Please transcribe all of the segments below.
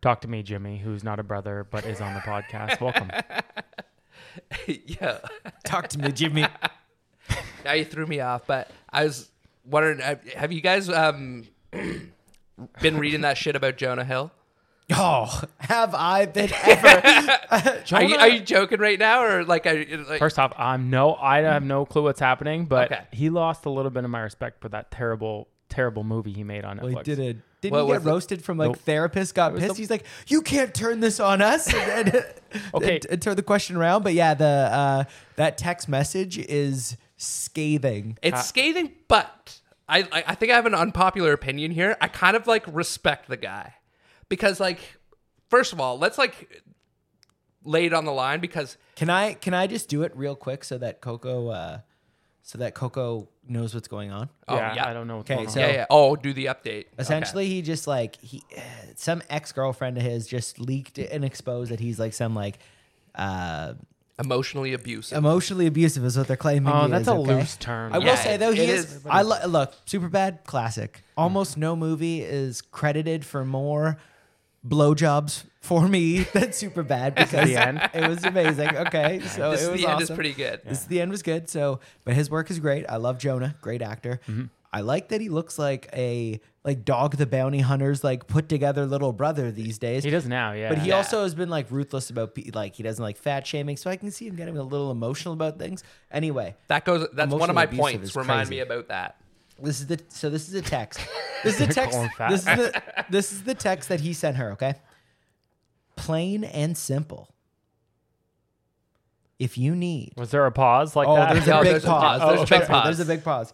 Talk to me, Jimmy, who's not a brother but is on the podcast. Welcome. yeah. Talk to me, Jimmy. Now you threw me off, but I was wondering, uh, have you guys um been reading that shit about Jonah Hill? Oh, have I been ever? Are you, are you joking right now, or like, I like First off, I'm no, I have no clue what's happening, but Okay. he lost a little bit of my respect for that terrible, terrible movie he made on Netflix. Well, he did it. Didn't What he was get the- roasted from like therapist got pissed? He's like, you can't turn this on us. And, and, Okay. and, and turn the question around. But yeah, the uh, that text message is scathing. uh, it's scathing, but I I I think I have an unpopular opinion here. I kind of like respect the guy because like first of all, let's like lay it on the line because Can I can I just do it real quick so that Coco uh, so that Coco knows what's going on? oh yeah, yeah, I don't know what's Okay, going on. so- yeah yeah oh do the update Essentially, he just like he, some ex girlfriend of his just leaked it and exposed that he's like some like uh, Okay. emotionally abusive. emotionally abusive is what they're claiming. Oh, he that's is, a okay? loose term. I will Yeah, say it- though, he it is. is. I lo- look super bad classic. Almost no movie is credited for more blowjobs for me than super bad because the end? it was amazing. Okay, so This it is was the end is awesome. pretty good. This the end was good. So, but his work is great. I love Jonah, great actor. I like that he looks like a like Dog the Bounty Hunter's like put together little brother these days. He does now, yeah. But he Yeah. also has been like ruthless about pe- like he doesn't like fat shaming, so I can see him getting a little emotional about things. Anyway, That goes. That's one Emotionally of my abusive points. is Remind crazy. me about that. this is the so this is a text. This is a text. calling fat. This is the this is the text that he sent her. Okay, plain and simple. If you need was there a pause like oh, that? there's No, a big there's a pause. pause. There's a big Trust me, pause. There's a big pause.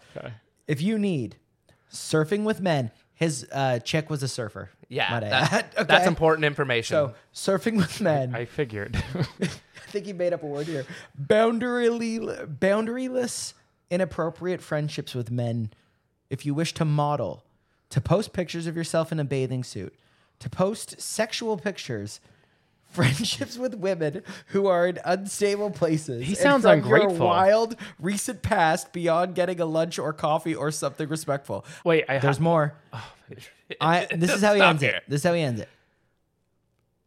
If you need surfing with men, his uh, chick was a surfer. Yeah, might I that- add. Okay? that's important information. So surfing with men. I, I figured. think he made up a word here. Boundarily, boundaryless, inappropriate friendships with men. If you wish to model, to post pictures of yourself in a bathing suit, to post sexual pictures. Friendships with women who are in unstable places. He and sounds from your ungrateful. wild recent past beyond getting a lunch or coffee or something respectful. Wait, I There's more. I this is how he Stop ends here. it. This is how he ends it.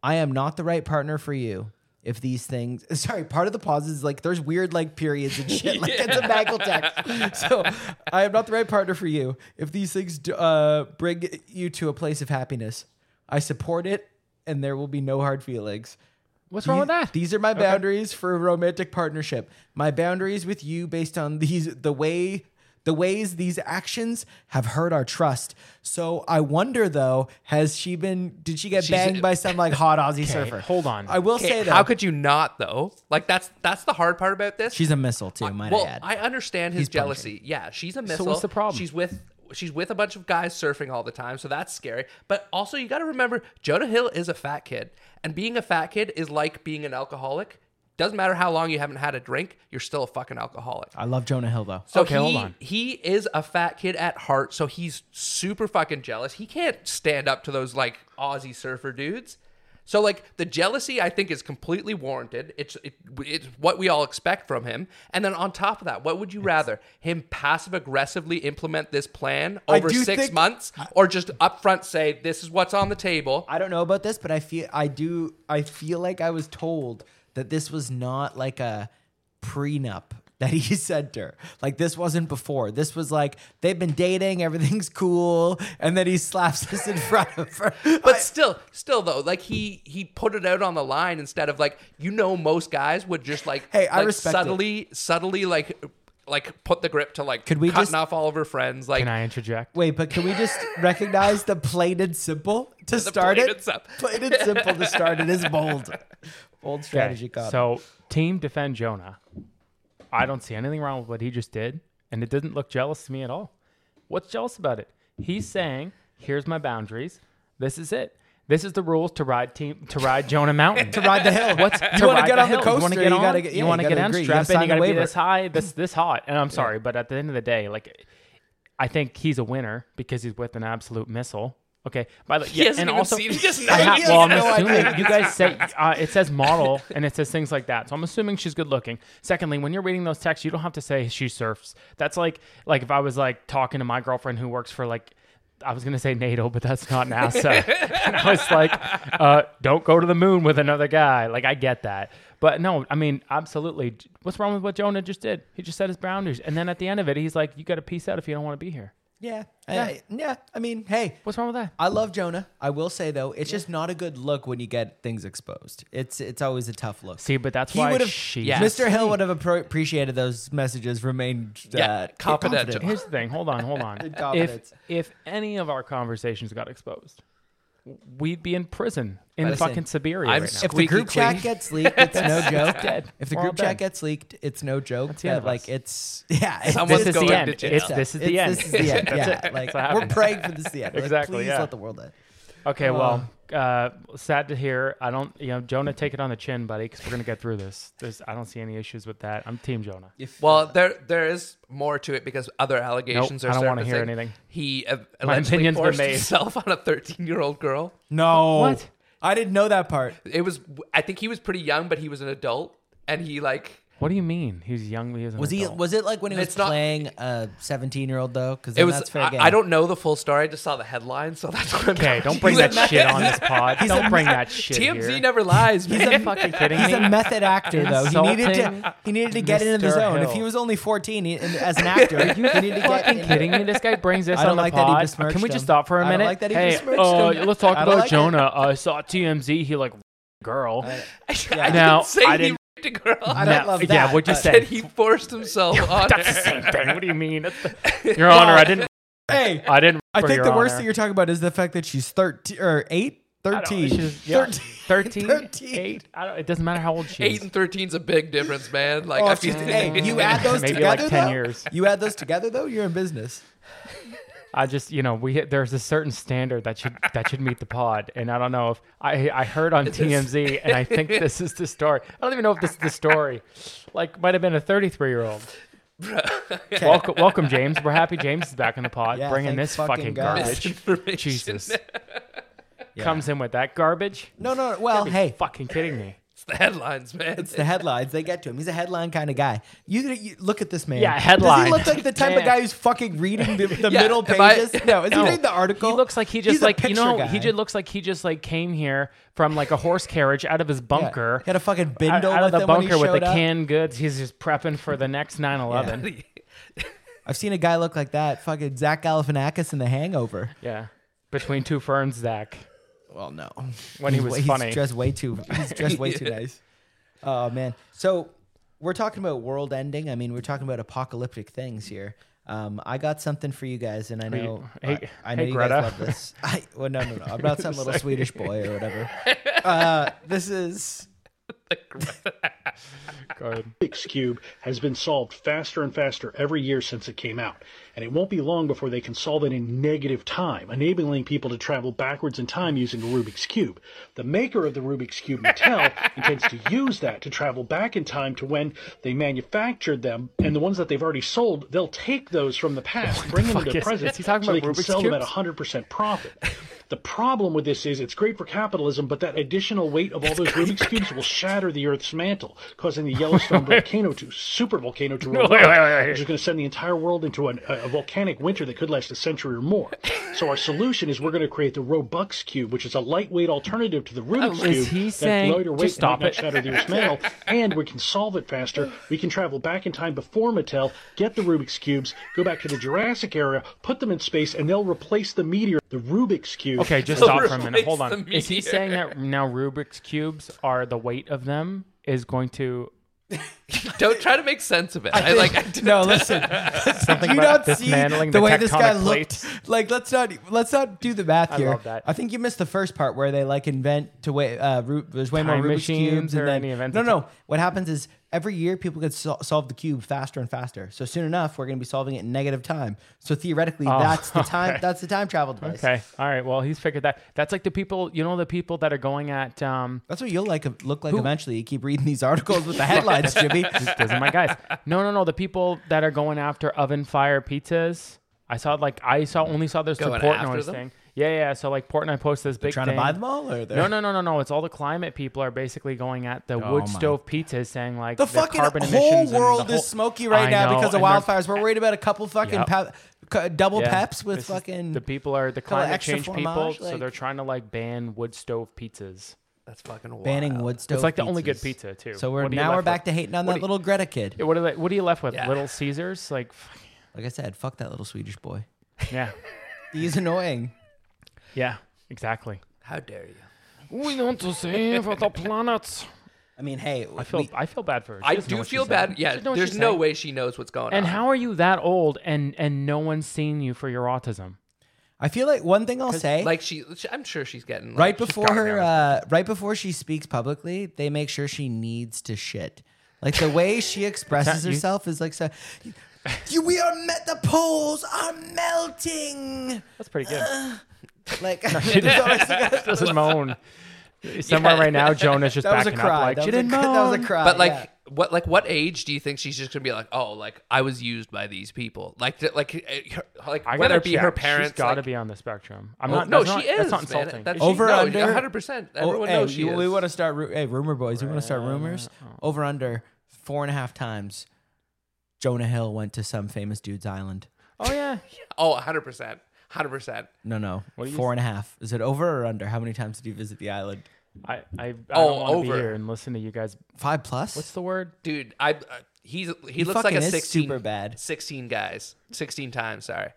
I am not the right partner for you if these things sorry, part of the pause is like there's weird like periods and shit. Like it's a bagel text. So I am not the right partner for you if these things do, uh, bring you to a place of happiness. I support it and there will be no hard feelings. what's wrong with These- that? These are my boundaries for a romantic partnership. My boundaries with you based on these the way the ways these actions have hurt our trust. So I wonder though, has she been did she get banged by some like hot Aussie surfer? hold on. I will Okay, say though how could you not though? Like that's that's the hard part about this. she's a missile too, might well, I add. I understand his He's punching. jealousy. Yeah, she's a missile. what's the problem? She's with she's with a bunch of guys surfing all the time, so that's scary. But also, you got to remember, Jonah Hill is a fat kid, and being a fat kid is like being an alcoholic. Doesn't matter how long you haven't had a drink, you're still a fucking alcoholic. I love Jonah Hill though. So Okay, he, hold on. he is a fat kid at heart, so he's super fucking jealous. He can't stand up to those like Aussie surfer dudes. So like the jealousy, I think, is completely warranted. It's it, it's what we all expect from him. And then on top of that, what would you rather him passive aggressively implement this plan I over do six think- months, or just upfront say this is what's on the table? I don't know about this, but I feel I do I feel like I was told that this was not like a prenup that he sent her. Like this wasn't before. This was like they've been dating, everything's cool, and then he slaps this in front of her. But still, still though, like he he put it out on the line instead of like you know most guys would just like Hey, I like, respect it. subtly subtly like like put the grip to like Could we cutting just- off all of her friends like Can I interject? Wait, but can we just recognize the plain and simple to start plain it? and simple. plain and simple to start it is bold. Bold strategy, Okay, Cobb. So, team defend Jonah. I don't see anything wrong with what he just did, and it didn't look jealous to me at all. What's jealous about it? He's saying, "Here's my boundaries. This is it. This is the rules to ride team to ride Jonah Mountain." to ride the hill. What's to you want to ride get on the hill. coaster? You want to get on? gotta get, yeah, you want to gotta get on? agree. Strap in. You gotta sign a got to be waiver. this high, this this hot. And I'm sorry, but at the end of the day, like, I think he's a winner because he's with an absolute missile. Okay, by the yeah, he hasn't and even also seen, he doesn't I know ha- he well, has no I'm idea. assuming you guys say uh, it says model and it says things like that. So I'm assuming she's good looking. Secondly, when you're reading those texts, you don't have to say she surfs. That's like like if I was like talking to my girlfriend who works for like I was gonna say NATO, but that's not NASA. and I was like, uh, don't go to the moon with another guy. Like I get that, but no, I mean, absolutely. What's wrong with what Jonah just did? He just set his boundaries, and then at the end of it, he's like, you got to peace out if you don't want to be here. Yeah. I- I- yeah. I mean, hey, What's wrong with that? I love Jonah. I will say though, it's just not a good look when you get things exposed. It's it's always a tough look. See, but that's He why would've- she. yeah. Mr. Hill would have appro- appreciated those messages. Remained uh, Yeah, confidential. confident. Here's the thing. Hold on, hold on. if confidence. if any of our conversations got exposed, we'd be in prison in Listen, fucking Siberia right I'm now. If the Squeaky group clean. chat gets leaked, it's no joke. dead. If the We're all group dead. chat gets leaked, it's no joke. the end That, of like us. it's yeah. it's- Someone's this is going the to end. jail. It's, this is the end. This is the end. Yeah, like what we're happens. praying for this to end. Like, Exactly, please yeah. let the world end. Okay, well, uh, sad to hear. I don't, you know, Jonah, take it on the chin, buddy, because we're gonna get through this. There's, I don't see any issues with that. I'm Team Jonah. If, Well, there there is more to it because other allegations Nope, are I don't wanna surfacing. hear anything. He uh, allegedly opinion's been forced made. himself on a 13 year old girl. no, What? I didn't know that part. It was I think he was pretty young, but he was an adult, and he like What do you mean? He was young. He was. An Was he? adult. Was it like when he was It's not- playing a seventeen-year-old though? Because it was. that's fair I, game. I don't know the full story. I just saw the headline, so that's what. I'm Okay, don't bring that shit on this pod. Don't bring that shit TMZ here. never lies. He's Man. a fucking kidding He's me. a method actor though. He needed Insulting to. He needed to get into the Mr. zone. Hill. If he was only fourteen he, and as an actor, he needed to get fucking into- kidding me? This guy brings this I don't on the like that he pod. besmirched Can we just him. stop for a I don't minute? like that he hey, besmirched uh, him. let's talk I don't about like it. Jonah. Uh, I saw TMZ. He like girl. I Now, didn't say I he didn't- raped a girl. I don't No, love that. yeah, what'd you but- say? said he forced himself on. That's the her. same thing. What do you mean? That's the- Your Honor, I didn't. Hey, I didn't. I for think Your the worst Honor. thing you're talking about is the fact that she's thirteen or eight. I don't know, 13. she was- yeah, 13, 13. 13. 8. I don't, it doesn't matter how old she Eight is. and thirteen's a big difference, man. Like, Oh, I if you- mean- hey, you add those Maybe like together 10 though, years. You add those together though, you're in business. I just, you know, we hit- there's a certain standard that should that should meet the pod, and I don't know if I I heard on TMZ, and I think this is the story. I don't even know if this is the story. Like, might have been a 33 year old. Welcome, welcome, James. We're happy James is back in the pod, Yeah, bringing thank this fucking fucking God. garbage. Information. Jesus Yeah. comes in with that garbage. No, no. no, Well, Are you hey, fucking kidding me? It's the headlines, man. It's the headlines. They get to him. He's a headline kind of guy. You, you look at this man. Yeah, Does headline. he look like the type Man. of guy who's fucking reading the, the Yeah, middle am I- pages? no, is No. he reading the article? He looks like he just He's a like you picture know guy. he just looks like he just like came here from like a horse carriage out of his Yeah. bunker. He had a fucking out, bindle out of the with him when he bunker with showed the up. canned goods. He's just prepping for the next 9/11. Yeah. I've seen a guy look like that. Fucking Zach Galifianakis in The Hangover. Between two ferns, Zach. Well, no, When he He's was wa- he's funny. dressed way too. He's dressed way too nice. Oh man. So we're talking about world ending. I mean, we're talking about apocalyptic things here. Um, I got something for you guys, and I you- know hey- I, I know hey, you Greta. guys love this. I, well, no, no, no. I'm not some little Swedish boy or whatever. Uh, this is Rubik's Cube has been solved faster and faster every year since it came out, and it won't be long before they can solve it in negative time, enabling people to travel backwards in time using a Rubik's Cube. The maker of the Rubik's Cube, Mattel, intends to use that to travel back in time to when they manufactured them, and the ones that they've already sold, they'll take those from the past, bring them fuck to the is- present, is he talking so about they can Rubik's sell them at Cubes? 100% profit. The problem with this is it's great for capitalism, but that additional weight of all those Rubik's cubes will shatter the Earth's mantle, causing the Yellowstone volcano to super volcano to erupt, wait, wait, wait. which is going to send the entire world into an, a volcanic winter that could last a century or more. So our solution is we're going to create the Robux cube, which is a lightweight alternative to the Rubik's Oh, is cube he that's saying- lighter just weight stop and might it. not shatter the Earth's mantle, and we can solve it faster. We can travel back in time before Mattel, get the Rubik's cubes, go back to the Jurassic era, put them in space, and they'll replace the meteor, the Rubik's cube. Okay, just So stop for a minute. replace Hold on. the Is he meteor. saying that now Rubik's cubes are the weight of them is going to Don't try to make sense of it. I, like. I didn't- no. Listen, something you about not see dismantling the the way this guy tectonic plates? looked. Like, let's not let's not do the math here. love that. I think you missed the first part where they like invent to way. Uh, Ru- there's way Time more Rubik's machines cubes or and then any events no, that- no. What happens is every year people could sol- solve the cube faster and faster. So soon enough, we're going to be solving it in negative time. So theoretically, that's the time. Oh, okay. That's the time travel device. Okay. All right. Well, he's figured that. That's like the people, you know, the people that are going at um, That's what you'll like look like eventually. You keep reading these articles with the headlines, Jimmy. Those are oh my guys. No, no, no. The people that are going after oven fire pizzas. I saw like I saw only saw this Going Portnoy's after them? thing. Yeah, yeah. So like Portnoy posted this big Trying thing. to buy them all, or they're- No, no, no, no, no. It's all the climate people are basically going at the Oh my- wood stove pizzas, saying like The their fucking carbon whole emissions and world the whole- is smoky right I now know, because of and they're- wildfires. We're worried about a couple fucking Yep. pa- c- double Yeah. peps with This is- fucking. the people are the call it climate extra change people, fromage, so they're like- trying to like ban wood stove pizzas. That's fucking wild. banning wood stove. It's like the only good pizzas. pizza too. So we're What are you now we're left back with? to hating on What do that you- little Greta kid. Yeah, What are they, What are you left with? Yeah. Little Caesars? Like, f- Like I said, fuck that little Swedish boy. yeah, He's annoying. yeah, exactly. How dare you? We want to save the planet. I mean, hey, I feel we- I feel bad for her. She I doesn't know do what she feel said. bad. Yeah, She doesn't know what there's she no said. way she knows what's going on. And how are you that old and and no one's seen you for your autism? I feel like one thing I'll say. Like she, she- I'm sure she's getting like, right she's before gotten her everything. uh, right before she speaks publicly they make sure she needs to shit like the way she expresses you- herself is like so "You- we are met the poles are melting That's pretty good. like She doesn't moan. Somewhere right now, Jonah's just that was a backing up cry like that she was, a, didn't moan. that was a cry but like, Uh, yeah. what, like, what age do you think she's just gonna be like? Oh, like I was used by these people. Like, th- like, uh, her, like I whether gotta it be her check. parents. She's got to like- be on the spectrum. I'm Oh, not. no, that's not- she is. That's not man. insulting. Is That's- she- she- Over, no, under? 100. percent Oh, Everyone hey, knows she you- we is. want to start ru- hey rumor boys we want to start rumors over under four and a half times jonah hill went to some famous dude's island oh yeah. Oh, 100 percent, 100 percent. no no do you four and a half. is it over or under how many times did you visit the island I I, I Oh, don't want to be over. here and listen to you guys. five plus What's the word? Dude, I uh, he's he, looks like fucking a is 16. super bad. 16 guys, 16 times. Sorry.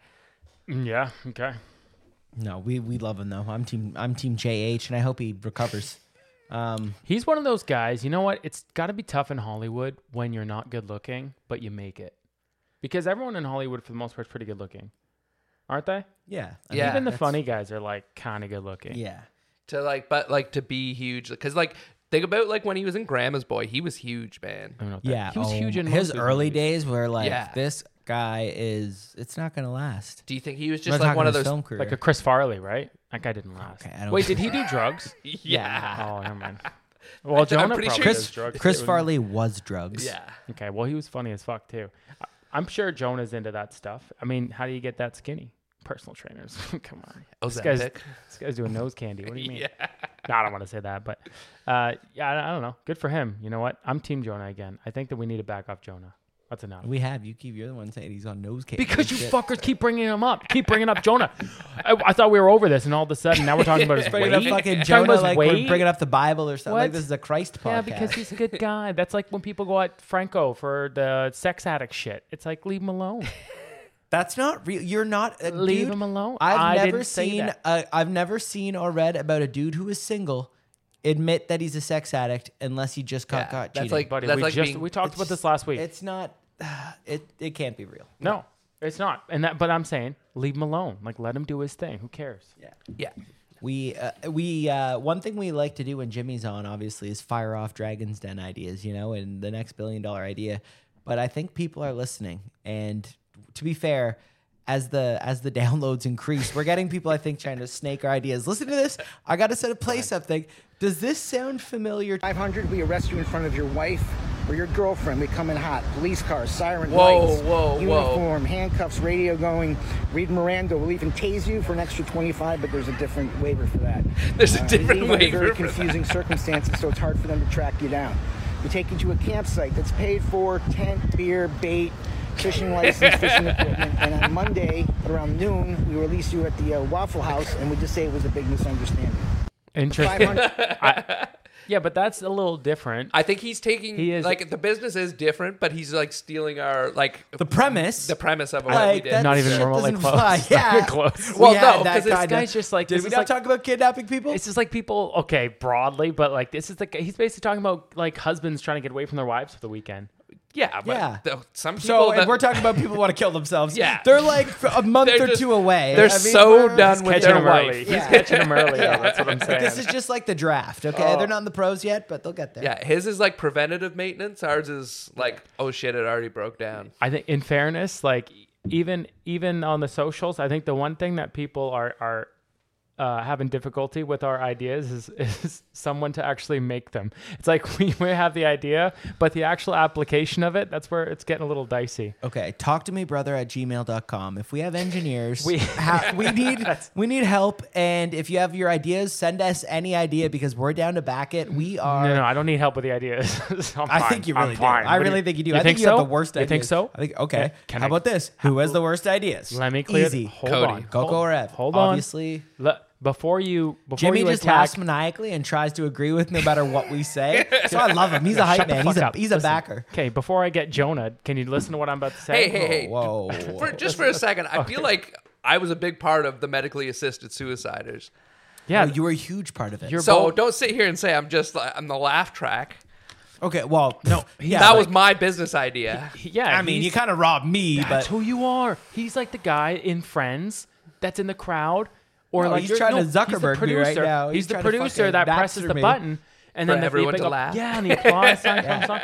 Mm, Yeah. Okay. No, we we love him though. I'm team I'm team JH, and I hope he recovers. Um, He's one of those guys. You know what? It's got to be tough in Hollywood when you're not good looking, but you make it. Because everyone in Hollywood, for the most part, is pretty good looking, aren't they? yeah, I Yeah. Even the that's- funny guys are like kind of good looking. mean, yeah. to like but like to be huge because like think about like when he was in grandma's boy he was huge man I don't know what that- Yeah, He was oh, huge in most his of early movies. days were like Yeah. this guy is. It's not gonna last. do you think he was We're just talking like one of his those film career. Like a Chris Farley, right? That guy didn't last. Okay, I don't Wait, did he do drugs? yeah Oh, never mind. Well, Jonah pretty probably sure- does Chris drugs. Chris too. Farley was drugs. yeah Okay, well, he was funny as fuck too. I- I'm sure Jonah's into that stuff. I mean, how do you get that skinny? Personal trainers. Come on. Oh, Oh, This guy's, Ozempic. this guy's doing nose candy. What do you mean? No, I don't want to say that, but uh, yeah, I, I don't know. Good for him. You know what? I'm Team Jonah again. I think that we need to back off Jonah. That's enough. we have you keep. You're the one saying he's on nose cake. Because you fuckers keep bringing him up. Keep bringing up Jonah. I, I thought we were over this, and all of a sudden now we're talking about his weight. bringing up fucking Talking Jonah about his like we're weight? bringing up the Bible or something. Like What? this is a Christ podcast. Yeah, because he's a good guy. That's like when people go at Franco for the sex addict shit. It's like leave him alone. That's not real. You're not a Leave dude, him alone. I've I never didn't say seen. that. A, I've never seen or read about a dude who is single admit that he's a sex addict unless he just got Yeah, caught that's cheating. like- Buddy, That's we just being- we talked It's about this just- last week. It's not. It it can't be real. no, it's not. And that, but I'm saying leave him alone. Like let him do his thing. Who cares? yeah We uh, we uh, one thing we like to do when Jimmy's on, obviously, is fire off Dragon's Den ideas, you know, and the next billion dollar idea. But I think people are listening, and to be fair, as the as the downloads increase, we're getting people I think trying to snake our ideas. Listen to this. I got to set a play something. Does this sound familiar? 500, we arrest you in front of your wife or your girlfriend. We come in hot. Police cars, siren Whoa, lights, whoa, whoa. uniform, handcuffs, radio going. Read Miranda. We'll even tase you for an extra 25, but there's a different waiver for that. There's a we different leave under waiver Very for that. confusing circumstances, so it's hard for them to track you down. We take you to a campsite that's paid for, tent, beer, bait, fishing license, fishing equipment. And on Monday around noon, we release you at the uh, Waffle House, and we just say it was a big misunderstanding. Interesting. 500. yeah, but that's a little different. i think he's taking He is- like the business is different but he's like stealing our like The premise. the premise of what we like did that Not even shit remotely doesn't close. fly. Not Yeah, even close. We Well, had no, that 'cause this kinda- guy's just like- Did this we is not like- talk about kidnapping people? It's just like people. Okay, broadly, but like this is the he's basically talking about like husbands trying to get away from their wives for the weekend. yeah but Yeah. the- some people So that- and we're talking about people who want to kill themselves. Yeah. they're like f- a month They're or just- two away. they're I mean, so we're- done with Catching their him early. wife He's catching him early. though, That's what I'm saying. This is just like the draft. Okay, Oh. they're not in the pros yet, but they'll get there. yeah his is like preventative maintenance ours is like oh shit it already broke down I think, in fairness, like even even on the socials, I think the one thing that people are are uh, having difficulty with our ideas is, is someone to actually make them. It's like we may have the idea, but the actual application of it, that's where it's getting a little dicey. Okay, talk to me, brother, at gmail.com. If we have engineers, we, ha- we need we need help. And if you have your ideas, send us any idea because we're down to back it. We are. No, no, I don't need help with the ideas. I'm I fine. think you I'm really do. fine. I What do really think you do. You I think, think you have so? the worst You ideas. think so? I think okay. Yeah, can How I- about this? Who has the worst ideas? Let me clear. Easy. Hold Cody. on. Coco hold, or Ev? Hold on. Obviously. Le- before you, before Jimmy you just attack, laughs maniacally and tries to agree with no matter what we say. so I love him. He's a hype man. He's a he's a backer. Okay, before I get Jonah, can you listen to what I'm about to say? Hey, hey, hey. Whoa. For, just for a second, I feel like I was a big part of the medically assisted suiciders. Yeah, you were a huge part of it. You're- So both- don't sit here and say I'm just like, I'm the laugh track. okay. Well, no. Yeah, that like- was my business idea. yeah. I mean, he's- you kind of robbed me, That's but who you are. He's like the guy in Friends that's in the crowd, or No, like he's you're- trying to he's the Zuckerberg me right producer. now. He's, He's the trying to producer fucking that presses Baxter the me. button, and For then the everyone big to up- laugh. Yeah, and the applause sign comes on.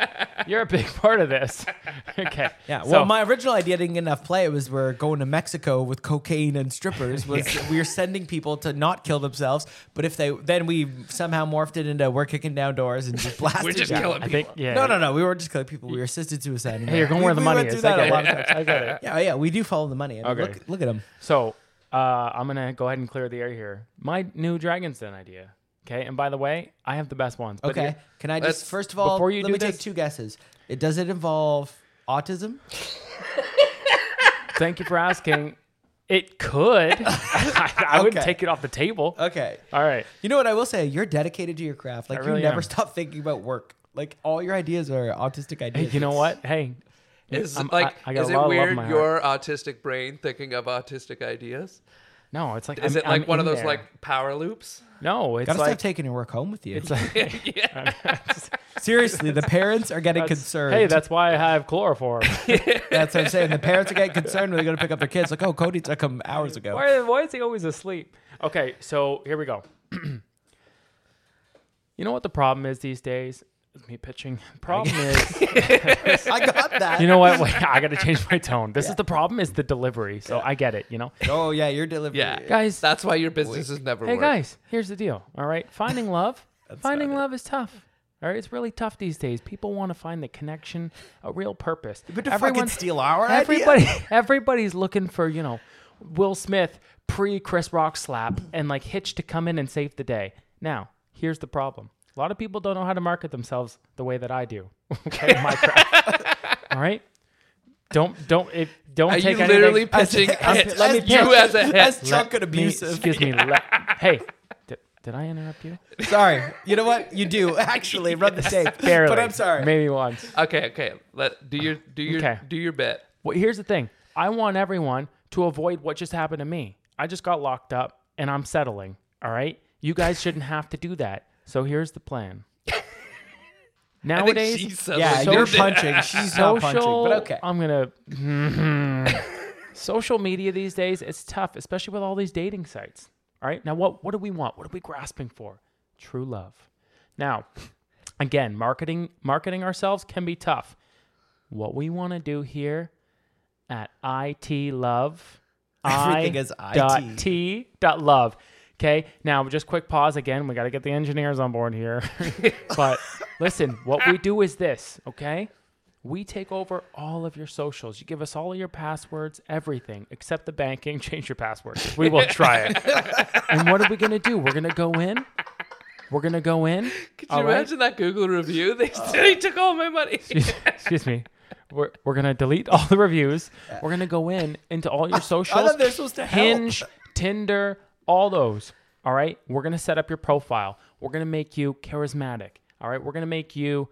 You're a big part of this. okay. yeah. Well, so- my original idea didn't get enough play. It was we're going to Mexico with cocaine and strippers. Was we're sending people to not kill themselves, but if they then we somehow morphed it into we're kicking down doors and just blasting. We're just people. killing I people. think yeah. No, no, no. We were just killing people. We were assisted suicide. Hey, you're going we, where the we money went is. through that I a get lot of it. times. I get it. Yeah, yeah. We do follow the money. I mean, Okay. look, look at him. So uh, I'm gonna go ahead and clear the air here. My new Dragon's Den idea. Okay, and by the way, I have the best ones. but Okay. here- Can I let's- just first of all before you let do me this- take two guesses. It does it involve autism? thank you for asking. It could. I, I wouldn't Okay. take it off the table. Okay. All right. You know what I will say? You're dedicated to your craft. Like I you really never am. stop thinking about work. Like all your ideas are autistic Hey, ideas. you know what? Hey, Is I'm- like I- I got is a it lot of love in weird my your autistic brain thinking of autistic ideas? no, it's like Is I'm- it like I'm one of in those there. like power loops? no? It's Gotta like stop taking your work home with you. it's like Seriously, the parents are getting concerned. Hey, that's why I have chloroform. That's what I'm saying. The parents are getting concerned when they go to pick up their kids. Like, oh, Cody took him hours ago. why, why is he always asleep? Okay, so here we go. you know what the problem is these days? Me pitching. Problem is, I got that. you know what? Wait, I got to change my tone. This is the problem is the delivery. So I get it. You know, Oh yeah, your delivery. Yeah. guys. That's why your business is never Hey work. guys, here's the deal. All right, finding love, finding love is tough. All right, it's really tough these days. People want to find the connection, a real purpose. But to fucking steal our idea? everybody, everybody's looking for you know, Will Smith pre Chris Rock slap and like Hitch to come in and save the day. Now, here's the problem. A lot of people don't know how to market themselves the way that I do. okay, my crap. All right, don't don't it, don't Are you take literally anything. pitching As- at let me you pitch. as a hit? As Chuck and abusive. Excuse me. le- hey, did, did I interrupt you? Sorry. You know what? You do actually run the tape. Barely. But I'm sorry. Maybe once. Okay, okay. Let do your do your Okay. do your bit. Well, here's the thing. I want everyone to avoid what just happened to me. I just got locked up and I'm settling. All right? You guys shouldn't have to do that. So here's the plan. I think Nowadays, she said Yeah, like- you're Social- punching. She's social not punching. But okay. i'm gonna social media these days it's tough especially with all these dating sites all right now what what do we want what are we grasping for true love now again marketing marketing ourselves can be tough what we want to do here at it love Everything is dot IT. T dot love okay now just quick pause again we got to get the engineers on board here but listen what we do is this okay we take over all of your socials. You give us all of your passwords, everything except the banking. Change your password. We will try it. and what are we going to do? We're going to go in. We're going to go in. Could all you right? imagine that Google review? They, they took all my money. Excuse me. We're, we're going to delete all the reviews. We're going to go in into all your socials. they were supposed to help. Hinge, Tinder, all those. All right. We're going to set up your profile. We're going to make you charismatic. All right. We're going to make you,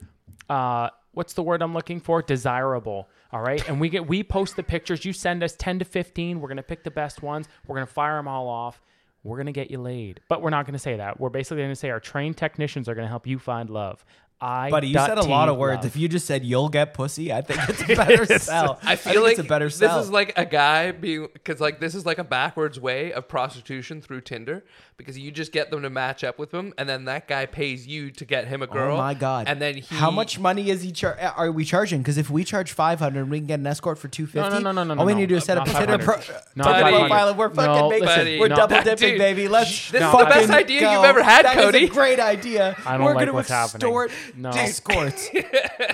uh, what's the word I'm looking for? Desirable. All right. And we get, we post the pictures. You send us 10 to 15. We're going to pick the best ones. We're going to fire them all off. We're going to get you laid. But we're not going to say that. We're basically going to say our trained technicians are going to help you find love. I. Buddy, you dot said a T lot of words. love. If you just said you'll get pussy, I think it's a better sell. I feel think like it's a better this sell. is like a guy being because like this is like a backwards way of prostitution through Tinder because you just get them to match up with him and then that guy pays you to get him a girl. Oh my god! And then he how much money is he char- uh, are we charging? Because if we charge five hundred, we can get an escort for two No, fifty. no, no, no, no. All we no. need to do is set up a Not Tinder 500. pro- Not Tinder 500. profile, and we're fucking No, making. buddy, we're no. double That dipping, dude- baby. Let's. Shh, this is the fucking best idea you've go. ever had, That is Cody. a great idea. I don't we're like gonna what's happening. extort No. escorts.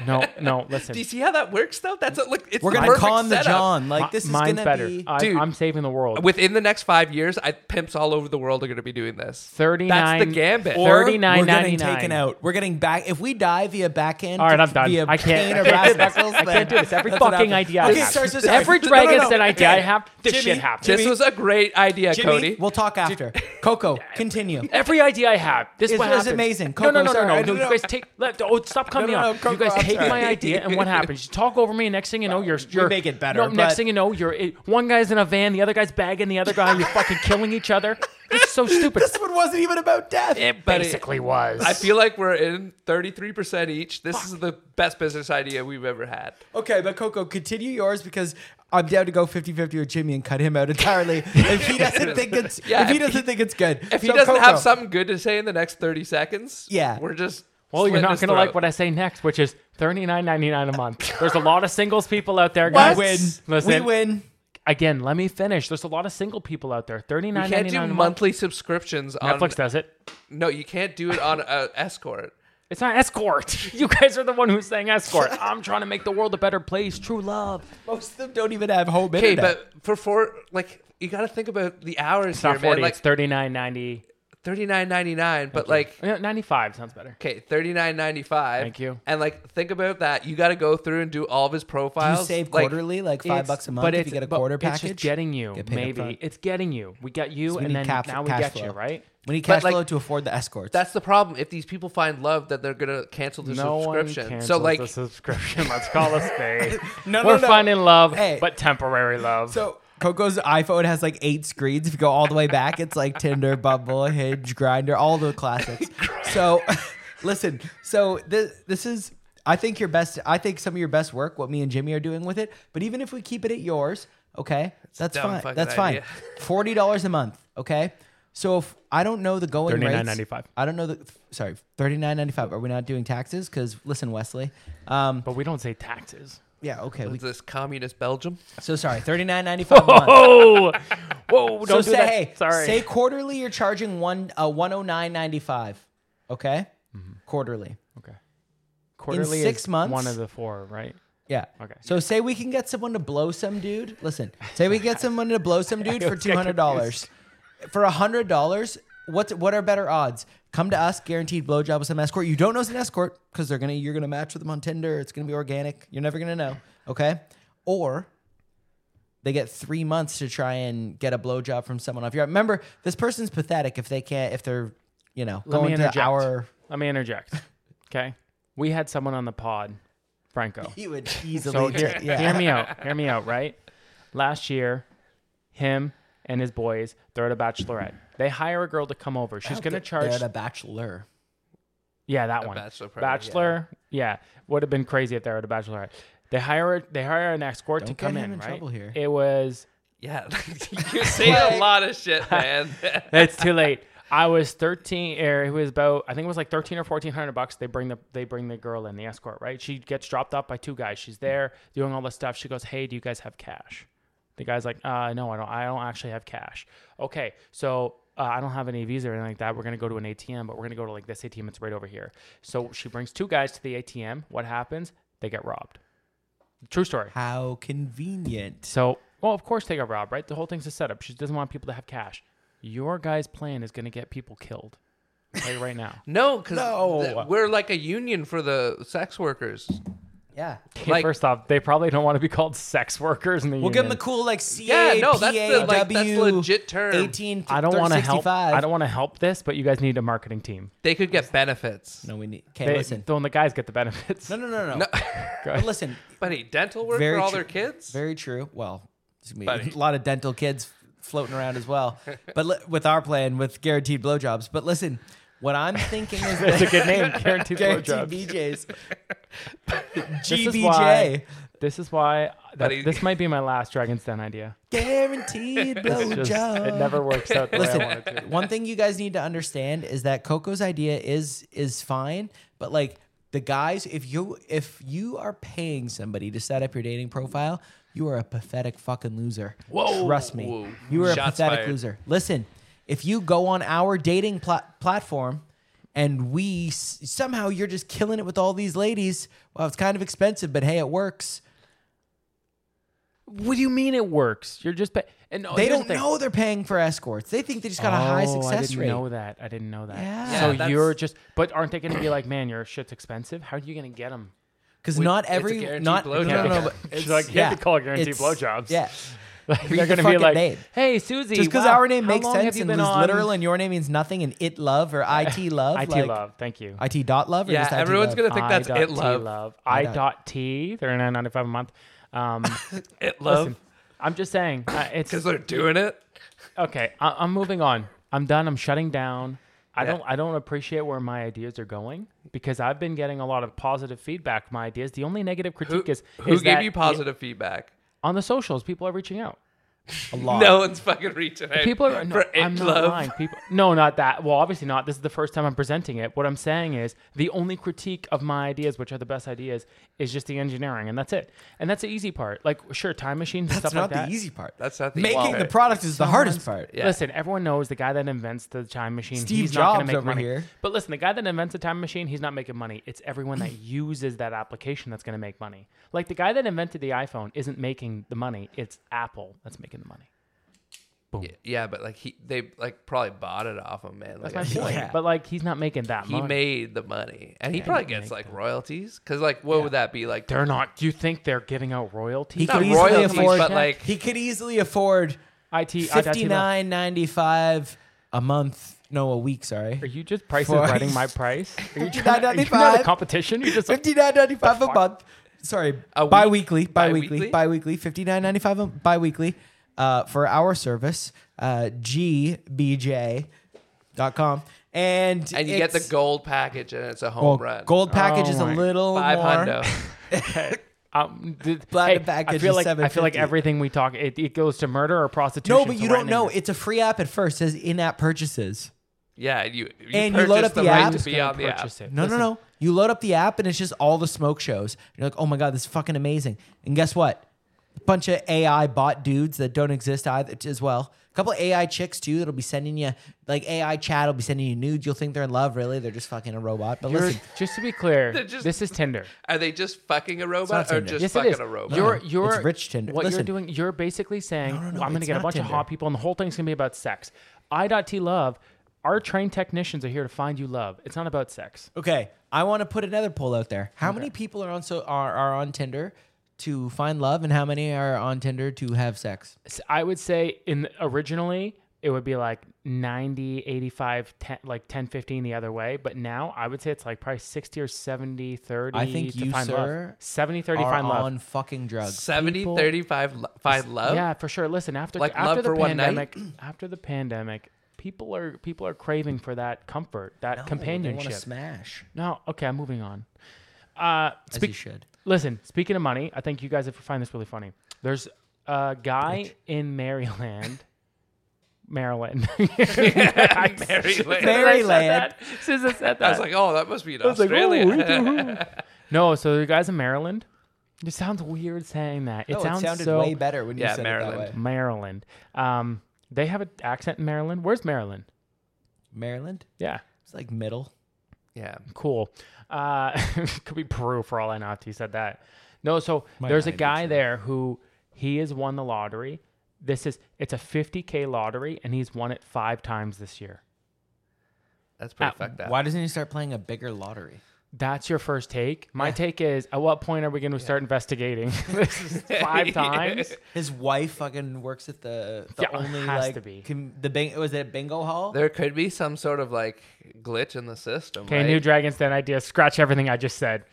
No, no, listen. Do you see how that works though? That's a, look. It's we're the gonna perfect con the setup. John. Mi- Like this is mine's gonna better. be. I, Dude. I'm saving the world. Within the next five years, I pimps all over the world are going to be doing this. 39 That's the gambit. or- We're $39.99. getting taken out. We're getting back. If we die via backhand, All right, I'm done. Via I can't- cane or I can't do brass this. knuckles, I can't then do this. Every that's what fucking happens. idea I Okay, have. sorry, sorry, sorry. Every No, no, dragon no. said idea I have. This Jimmy, shit happens. this Jimmy- was a great idea, Jimmy, Cody. We'll talk after. Coco, continue. Every idea I have, this It's- is what it's happens. amazing. No, no, Coco, no, no, sorry, no, I no. don't You know. guys take. Let, oh, stop coming no, up. no, you Coco, guys I'm take sorry. my idea, and what happens? You talk over me, and next thing you know, you're. you're make it better, No, next but- thing you know, you're it, one guy's in a van, the other guy's bagging the other guy. You're fucking killing each other. It's so stupid. This one wasn't even about death. It But it- basically was. I feel like we're in 33% each. This is the best business idea we've ever had. Oh, Okay, but Coco, continue yours because I'm down to go 50-50 with Jimmy and cut him out entirely if he doesn't think it's Yeah, if he if doesn't he- think it's good. If he So, doesn't Coco, have something good to say in the next 30 seconds, Yeah. we're just. Well, you're slitting not his going to like throat. what I say next, which is thirty nine ninety nine a month. There's a lot of singles people out there, we guys. win, we Listen, win. Again, let me finish. There's a lot of single people out there. Thirty You nine can't ninety do nine a month. monthly subscriptions on. Netflix does it. No, you can't do it on a escort. It's not escort. You guys are the one who's saying escort. I'm trying to make the world a better place. True love. Most of them don't even have home Okay, internet. but for four, like, you got to think about the hours It's here, not forty. man. Like it's thirty nine ninety. 39.99, but like No, ninety five sounds better. okay, 39.95. Thank you. And like think about that. You got to go through and do all of his profiles. you save Like, quarterly, like five It's- bucks a month but if it's- you get a but quarter it's package. just getting you. Get paid up Maybe front. it's getting you. We got you, So we and need then cap- now we cash get flow. you right. we need cash like- flow to afford the escorts. That's the problem. If these people find love, that they're gonna cancel their No one subscription. cancels So like, the subscription. Let's call a spade. No, no, We're no. finding love, Hey. but temporary love. So Coco's iPhone has like eight screens. If you go all the way back, it's like Tinder, Bumble, Hinge, Grinder, all the classics. So listen, so this this is I think your best I think some of your best work, what me and Jimmy are doing with it. But even if we keep it at yours, okay, that's dumb fine. fucking That's fine. idea. Forty dollars a month, okay? So if I don't know the going rates, $39.95. I don't know the sorry, thirty nine ninety five. Are we not doing taxes? Because listen, Wesley. Um, but we don't say taxes. yeah, okay. We, is this communist Belgium? so sorry, thirty nine ninety five a month. Oh, whoa! Don't do so say that. hey, Sorry. say quarterly you're charging one uh, 109.95, okay? Mm-hmm. Quarterly. okay. Quarterly is six months- one of the four, right? Yeah. Okay. So say we can get someone to blow some dude. Listen, say we get someone to blow some dude for two hundred dollars. For hundred dollars, what's what are better odds? Come to us, guaranteed blowjob with some escort. You don't know it's an escort because they're gonna you're gonna match with them on Tinder. It's gonna be organic. You're never gonna know. Okay, or they get three months to try and get a blowjob from someone off your. Remember, this person's pathetic if they can't if they're you know Let me going interject. to our. Let me interject. Okay. We had someone on the pod, Franco. He would easily. So hear, t- yeah. hear me out. Hear me out, right? Last year, him and his boys, they're at a bachelorette. They hire a girl to come over. She's going to charge. They're a bachelor. yeah, that one. bachelor party, Bachelor. Yeah. Would have been crazy if they were at a bachelorette. They hire they hire an escort to Don't come get in, him in right? trouble here. It was Yeah, you say a lot of shit, man. It's too late. I was 13, or it was about, I think it was like 13 or 1400 bucks. They bring the, they bring the girl in the escort, right? She gets dropped off by two guys. She's there doing all this stuff. She goes, Hey, do you guys have cash? The guy's like, uh, no, I don't, I don't actually have cash. Okay. So uh, I don't have any visa or anything like that. We're going to go to an ATM, but we're going to go to like this ATM. It's right over here. So she brings two guys to the ATM. What happens? They get robbed. True story. How convenient. So, well, of course they got robbed, right? The whole thing's a setup. She doesn't want people to have cash. Your guy's plan is going to get people killed. I'll tell you right now. No, because No. we're like a union for the sex workers. Yeah. Okay, Like- first off, they probably don't want to be called sex workers in the We'll give them the union. cool like C Yeah, A no, that's P the, A like, that's W legit term. Eighteen. I don't want want to help. I don't want to help this, but you guys need a marketing team. They could get benefits. No, we need. Okay, They, listen. Then the guys get the benefits. No, no, no, no. no. but listen, Buddy, dental work Very for all true. their kids. very true. Well, there's gonna be Buddy. a lot of dental kids floating around as well. But li- with our plan, with guaranteed blowjobs. But listen, What I'm thinking is That's that a good name. Guaranteed blowjobs. guaranteed BJ's. This is GBJ. why. This is why. That, Buddy. this might be my last Dragon's Den idea. Guaranteed It's just, blowjob. it never works out the way I want it to. Listen, one thing you guys need to understand is that Coco's idea is is fine, but like the guys, if you if you are paying somebody to set up your dating profile, you are a pathetic fucking loser. Whoa. trust me, Whoa. you are Shots a pathetic fired. loser. Listen, if you go on our dating pla- platform. And we s- somehow you're just killing it with all these ladies. Well, it's kind of expensive, but hey, it works. What do you mean it works? You're just. Pa- and no, They here's the don't thing. know they're paying for escorts. They think they just got a high Oh, success I didn't rate. know that. I didn't know that. Yeah. so Yeah, you're that's- just. But aren't they going to be like, man, your shit's expensive? How are you going to get them? Because With- not it's a every guaranteed not blowjob. no no, no but She's it's- like, you have to call guaranteed it's- blowjobs. Yeah, they're your going to be fucking like, name. hey, Susie. just because wow, our name how makes long have sense you and been is on literal, and your name means nothing, and it love or it love, IT like, love. Thank you. it dot love, or Yeah, just IT everyone's love? gonna think that's I it. dot T Love. I dot T. They're nine ninety five a month. Um, It listen, love. I'm just saying. Uh, it's Because they're doing it. okay. I, I'm moving on. I'm done. I'm shutting down. I Yeah. don't. I don't appreciate where my ideas are going because I've been getting a lot of positive feedback. My ideas. The only negative critique is Who is gave that you positive feedback? on the socials. People are reaching out. a lot. No one's fucking reaching out. People are. No, for it I'm not love. lying. People. No, not that. Well, obviously not. This is the first time I'm presenting it. What I'm saying is the only critique of my ideas, which are the best ideas, is just the engineering, and that's it. And that's the easy part. Like sure, time machines and that's stuff like not that. the easy part. That's not the making easy the part. product is the hardest part. Yeah. Listen, everyone knows the guy that invents the time machine. Steve he's not gonna Jobs make over money. here. But listen, the guy that invents the time machine, he's not making money. It's everyone that uses that application that's going to make money. Like the guy that invented the iPhone isn't making the money. It's Apple that's making the money. Yeah, but like he, they like probably bought it off him, man. Like, That's my point. Yeah. But like, he's not making that he money. made the money, and he probably gets like royalties. Because like, what would that be like? they're not. Do you think they're giving out royalties? He not could easily royalties, afford. but like he could easily afford IT, fifty nine ninety five a month. No, a week. Are Sorry, you just price is For- writing my price? Are you trying to, are you not a $59.95. competition? You just fifty nine ninety five a fuck? month. Sorry, A week? bi-weekly, bi-weekly, Bi-weekly? bi-weekly, fifty nine ninety five a bi-weekly uh, for our service, uh, gbj.com. and and you get the it's- gold package, and it's a home well, run. gold package Oh is a my- little five more. hundo. um, did, Platinum hey, I package feel is like I feel like $7.50. everything we talk it, it goes to murder or prostitution. No, but to you don't random- know. It's a free app at first. It says in-app purchases. Yeah, and you, you And purchase you load up the, the right app. to Just be gonna on the app. purchase it. No, Listen, no, no. You load up the app and it's just all the smoke shows. You're like, oh my god, this is fucking amazing. And guess what? A bunch of AI bot dudes that don't exist either as well. A couple of AI chicks too that'll be sending you like AI chat will be sending you nudes. You'll think they're in love, really. They're just fucking a robot. But you're- listen, just to be clear, They're just- this is Tinder. Are they just fucking a robot, or Tinder. just Yes, it fucking is. a robot? You're No, you're it's rich Tinder. What you're Listen. doing, you're basically saying, no, no, "Well, I'm going to it's get a not bunch of Tinder. hot people, and the whole thing's going to be about sex. I.T love. Our trained technicians are here to find you love. It's not about sex. okay, I want to put another poll out there. How many people are on so are, are on Tinder to find love, and how many are on Tinder to have sex? S- I would say in originally it would be like 90, 85, 10, like 10, 15 the other way. But now I would say it's like probably 60 or 70, 30. I think to you, find love. sir, 70, 30 are find love. on fucking drugs. 70, People- 35, lo- five love. Yeah, for sure. Listen, after Like after love the for one night? pandemic, after the pandemic, people are people are craving for that comfort, that They want companionship. to smash no, okay, I'm moving on. Uh, as speak- you should. Listen, speaking of money, I think you guys have find this really funny. There's a guy in Maryland, Maryland. I Maryland. Maryland. Since I said that, I was like, oh, that must be in was like, oh, Australia. no. So the guy's in Maryland. It sounds weird saying that. It No, sounds it sounded so way better when you Yeah, said it Maryland. that way. Maryland. Um, they have an accent in Maryland. Where's Maryland? Maryland? Yeah, It's like middle. yeah. cool. Uh, could be Peru for all I know. After you said that, no. So Might there's not a be guy there who he has won the lottery. This is it's a 50k lottery, and he's won it five times this year. That's pretty Uh, fucked up. Why doesn't he start playing a bigger lottery? That's your first take. My take is: At what point are we going to start investigating? this is five times. His wife fucking works at the, the Yeah, only has like to be. com- the bing- was it a bingo hall? There could be some sort of like glitch in the system. Okay, right? new Dragon's Den idea. Scratch everything I just said.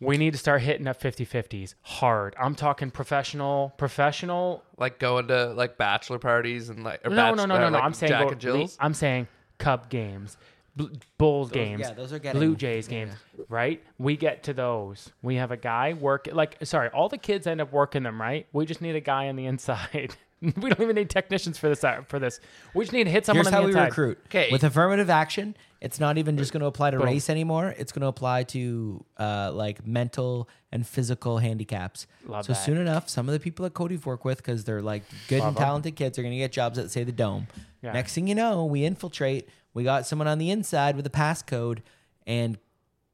We need to start hitting up 50 50s hard. I'm talking professional, professional. like going to like bachelor parties and like or No, bachelor, no, no, no, no. like I'm saying, Jack go- and Jill's. I'm saying cup games. Bl- Bulls games, yeah, those are getting- Blue Jays games, right? We get to those. We have a guy work like sorry, all the kids end up working them, right? We just need a guy on the inside. we don't even need technicians for this uh, for this. We just need to hit someone Here's on how the we inside. recruit. Okay. With affirmative action, it's not even just going to apply to Boom. race anymore. It's going to apply to uh, like mental and physical handicaps. Love so that. soon enough, some of the people that Cody've worked with, because they're like good and talented kids, are going to get jobs at say the Dome. Yeah. Next thing you know, we infiltrate. We got someone on the inside with a passcode, and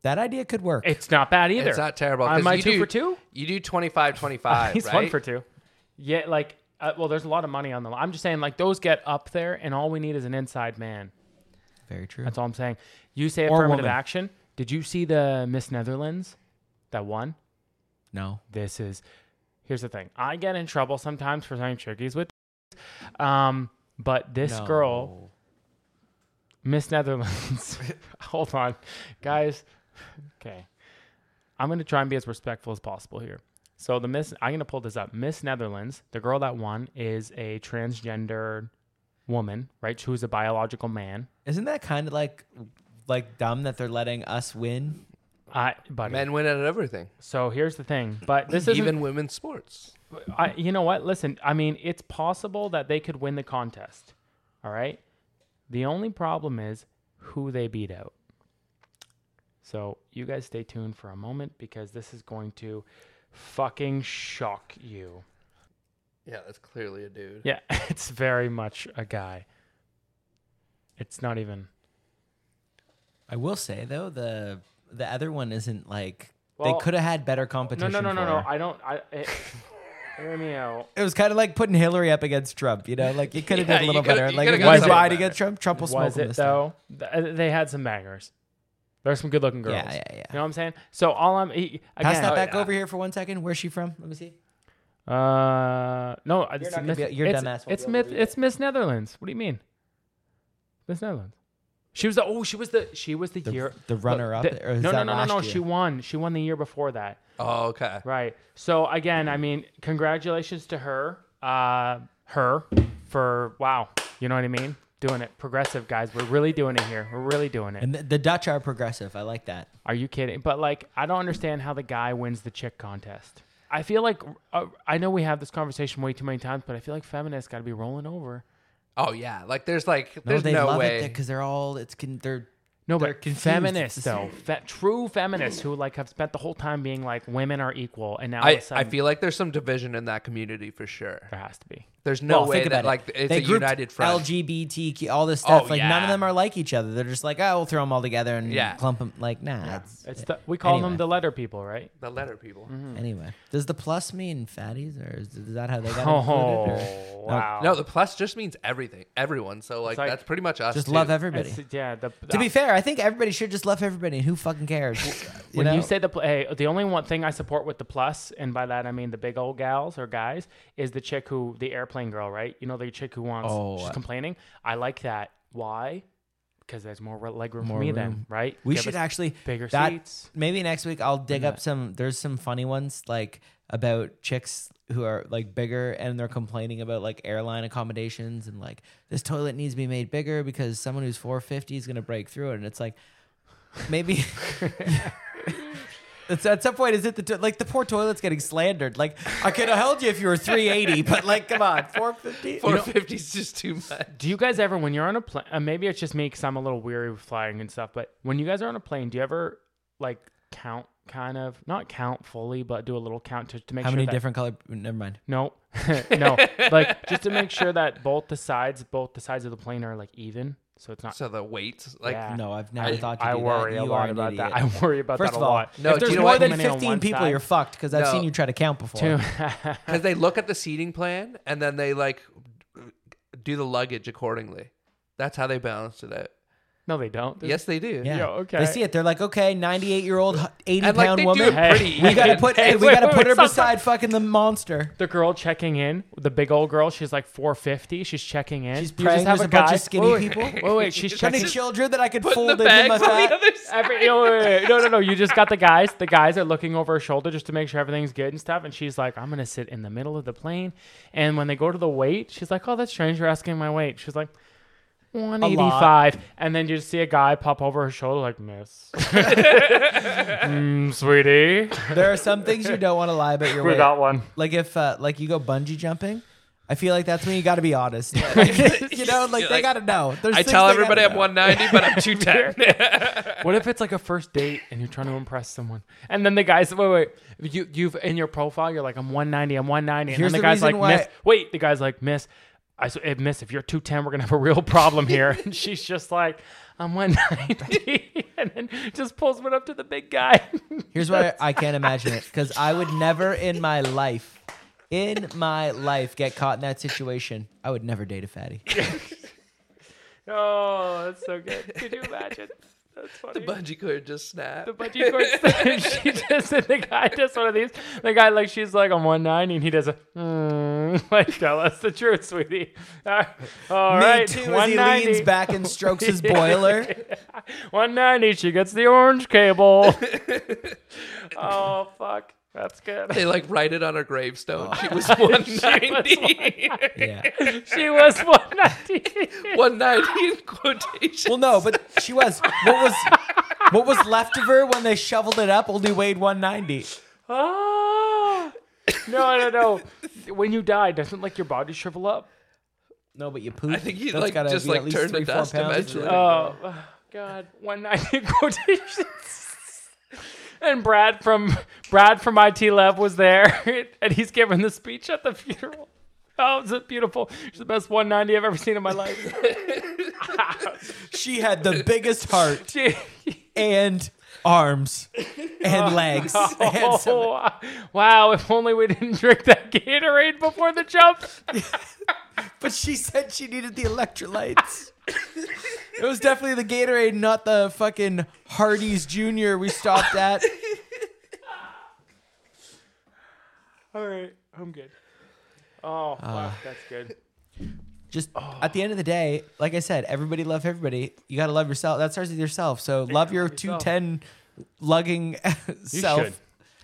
that idea could work. It's not bad either. It's not terrible. 'cause Am I you two do- for two? You do 25 25. He's right? one for two. Yeah, like uh, well, there's a lot of money on the. line. I'm just saying, like those get up there, and all we need is an inside man. Very true. That's all I'm saying. You say Or affirmative woman. action. Did you see the Miss Netherlands that won? no. This is here's the thing. I get in trouble sometimes for saying trickies with, um, but this girl, Miss Netherlands. hold on, guys. Okay, I'm gonna try and be as respectful as possible here. So the Miss, I'm gonna pull this up. Miss Netherlands, the girl that won, is a transgender woman, right? Who's a biological man. Isn't that kind of like like dumb that they're letting us win? I, buddy. Men win at everything, So here's the thing, but this isn't. even women's sports. I, you know what? Listen, I mean, it's possible that they could win the contest. All right. The only problem is who they beat out. So you guys stay tuned for a moment because this is going to fucking shock you. Yeah, that's clearly a dude. Yeah, it's very much a guy. It's not even. I will say though the the other one isn't like Well- they could have had better No, competition. no, no, no, for no. her. I don't. I. It, hear me out. it was kind of like putting Hillary up against Trump. You know, like you could have Yeah, done a you little coulda- better. you Like coulda if got you something ride better. against Trump, Trump will smoke Was him it this time. though? Th- uh, They had some bangers. There's some good-looking girls. Yeah, yeah, yeah. You know what I'm saying? So all I'm he, again. oh, Pass that back over here for one second. Where's she from? Let me see. Uh, no, it's not gonna Miss, be- your it's, dumbass won't It's be able Miss, to read it's Miss Netherlands. What do you mean? Miss Netherlands. She was the oh, she was the she was the, year the look, runner-up, the- or is no, no, that no, last no, no. year? She won. She won the year before that. Oh, okay. Right. So again, I mean, congratulations to her. Uh, her for wow. You know what I mean? Doing it, progressive guys. We're really doing it here. We're really doing it. And the, the Dutch are progressive. I like that. Oh, Are you kidding? But like, I don't understand how the guy wins the chick contest. I feel like uh, I know we have this conversation way too many times, but I feel like feminists got to be rolling over. Oh, yeah. Like, there's like, No, there's they no love way. it because they're all it's con- they're No, They're but confused. feminists It's the though, fe- true feminists who like have spent the whole time being like women are equal, and now all of I, a I sudden, feel like there's some division in that community for sure. there has to be. There's no Well, way think that, about it. like, it's They a grouped united front. LGBTQ, all this stuff. Oh, like none yeah. of them are like each other. They're just like, oh, we'll throw them all together and Yeah. clump them. Like, nah. It's, It's the, we call Anyway. them the letter people, right? the letter people. Mm-hmm. Mm. Anyway, does the plus mean fatties, or is, is that how they got Oh included? or- wow! No, the plus just means everything, everyone. So, like, like- that's pretty much us. Just too. love everybody. It's- yeah. The, To be fair, I think everybody should just love everybody. Who fucking cares? You when know? you say the pl- hey, the only one thing I support with the plus, and by that I mean the big old gals or guys, is the chick who the airplane girl, right? You know the chick who wants Oh, she's I- complaining. I like that. Why? Because there's more re- legroom More for me room. then, right? we Give should us actually bigger that- seats. Maybe next week I'll dig up some. There's some funny ones like about chicks who are like bigger and they're complaining about like airline accommodations and like this toilet needs to be made bigger because someone who's 450 is gonna break through it. And it's like maybe. It's, at some point, is it the to- like the poor toilet's getting slandered? Like I could have held you if you were 380, but like come on, 450. 450 is just too much. Do you guys ever, when you're on a plane, uh, maybe it's just me because I'm a little weary with flying and stuff, but when you guys are on a plane, do you ever like count kind of, not count fully, but do a little count to, to make How sure many that different color? Never mind. No, no. Like just to make sure that both the sides, both the sides of the plane are like even, so it's not. So, the weights, like, Yeah. No, I've never I- thought to I do worry that. a You are lot an about idiot. that. I worry about First that of a all, lot. No, if there's you know more what? than Too many on 15 one people, side. you're fucked because I've No. seen you try to count before. Because they look at the seating plan and then they like do the luggage accordingly. That's how they balance it out. no, they don't. Yes, they do. Yeah. Yo, okay. They see it. They're like, okay, 98 year old, 80 And pound like they do woman. it pretty. Hey. We gotta put. Hey, we wait, gotta wait, put wait, her stop, beside fucking the monster. the girl checking in, the big old girl. She's like 450. She's checking in. She's You praying have there's a bunch guy- of skinny wait, people. Wait, wait, wait. She's Got checking. any children that I could Put in fold the bags into my on the fat? other side. Every, no, wait, wait, wait. no, no, no. You just got the guys. The guys are looking over her shoulder just to make sure everything's good and stuff. And she's like, I'm going to sit in the middle of the plane. And when they go to the weight, she's like, Oh, that's strange. You're asking my weight. She's like, 185. And then you just see a guy pop over her shoulder, like, Miss. Mm, sweetie, There are some things you don't want to lie about your we weight. got one. Like if uh, like you go bungee jumping, I feel like that's when you got to be honest. you know, like, You're they like- got to know. There's I things tell they everybody gotta I'm 190, but I'm 210. What if it's like a first date and you're trying to impress someone, and then the guy's wait, wait, you you've in your profile you're like I'm 190, I'm 190, and Here's then the the, guy's reason like why- miss, wait, the guy's like miss, I s- eh, miss if you're 210 we're gonna have a real problem here, and she's just like I'm 190, and then just pulls one up to the big guy. Here's why I can't imagine it because I would never in my life, in my life, get caught in that situation. I would never date a fatty. oh, that's so good. Could you imagine? That's funny. Bungee cord just snapped. the bungee cord thing. she just and the guy does one of these. The guy like she's like I'm 190 and he does a mm, like tell us the truth, sweetie. All right, all Me right, too, as he 190. leans back and strokes his boiler. 190. She gets the orange cable. oh fuck, that's good. They like write it on her gravestone. She was 190. Yeah. She was 190. 190 in quotation. Well, no, but she was. What was what was left of her when they shoveled it up only weighed 190. Ah. No, no, no. When you die, doesn't like your body shrivel up? No, but you pooped. I think he like just like turned to dust eventually. Oh, oh, God, one ninety quotations. and Brad from Brad from IT Lab was there, and he's giving the speech at the funeral. Oh, it's beautiful. It's the best 190 I've ever seen in my life. She had the biggest heart Gee. and arms and legs. And some- Oh, wow, if only we didn't drink that Gatorade before the jump. but she said she needed the electrolytes. it was definitely the Gatorade, not the fucking Hardee's Junior we stopped at. All right, I'm good. Oh, wow, that's good. Just Oh. at the end of the day, like I said, everybody love everybody. You gotta love yourself. That starts with yourself. So love your two yourself. ten lugging You self. E should.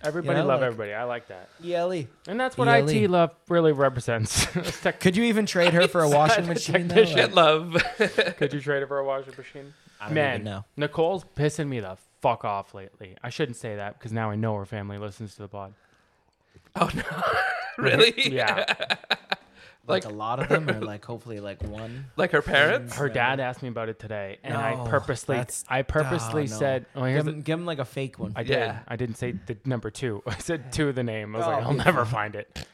Everybody know, love like- everybody. I like that. ELE. And that's what ELE. IT love really represents. It's tech- Could you even trade her for a washing machine? though? technician. Shit, love. Could you trade it for a washing machine? I don't Man, even know. Nicole's pissing me the fuck off lately. I shouldn't say that because now I know her family listens to the pod. oh no. really? Yeah. like, a lot of them are like hopefully like one. Like her parents? her dad asked me about it today, and No, I purposely, that's- I purposely Oh, no. said, "Oh, here's give, the, him, like a fake one. I did. Yeah. I didn't say the number two. I said two of the name. I was Oh, like, I'll yeah. never find it.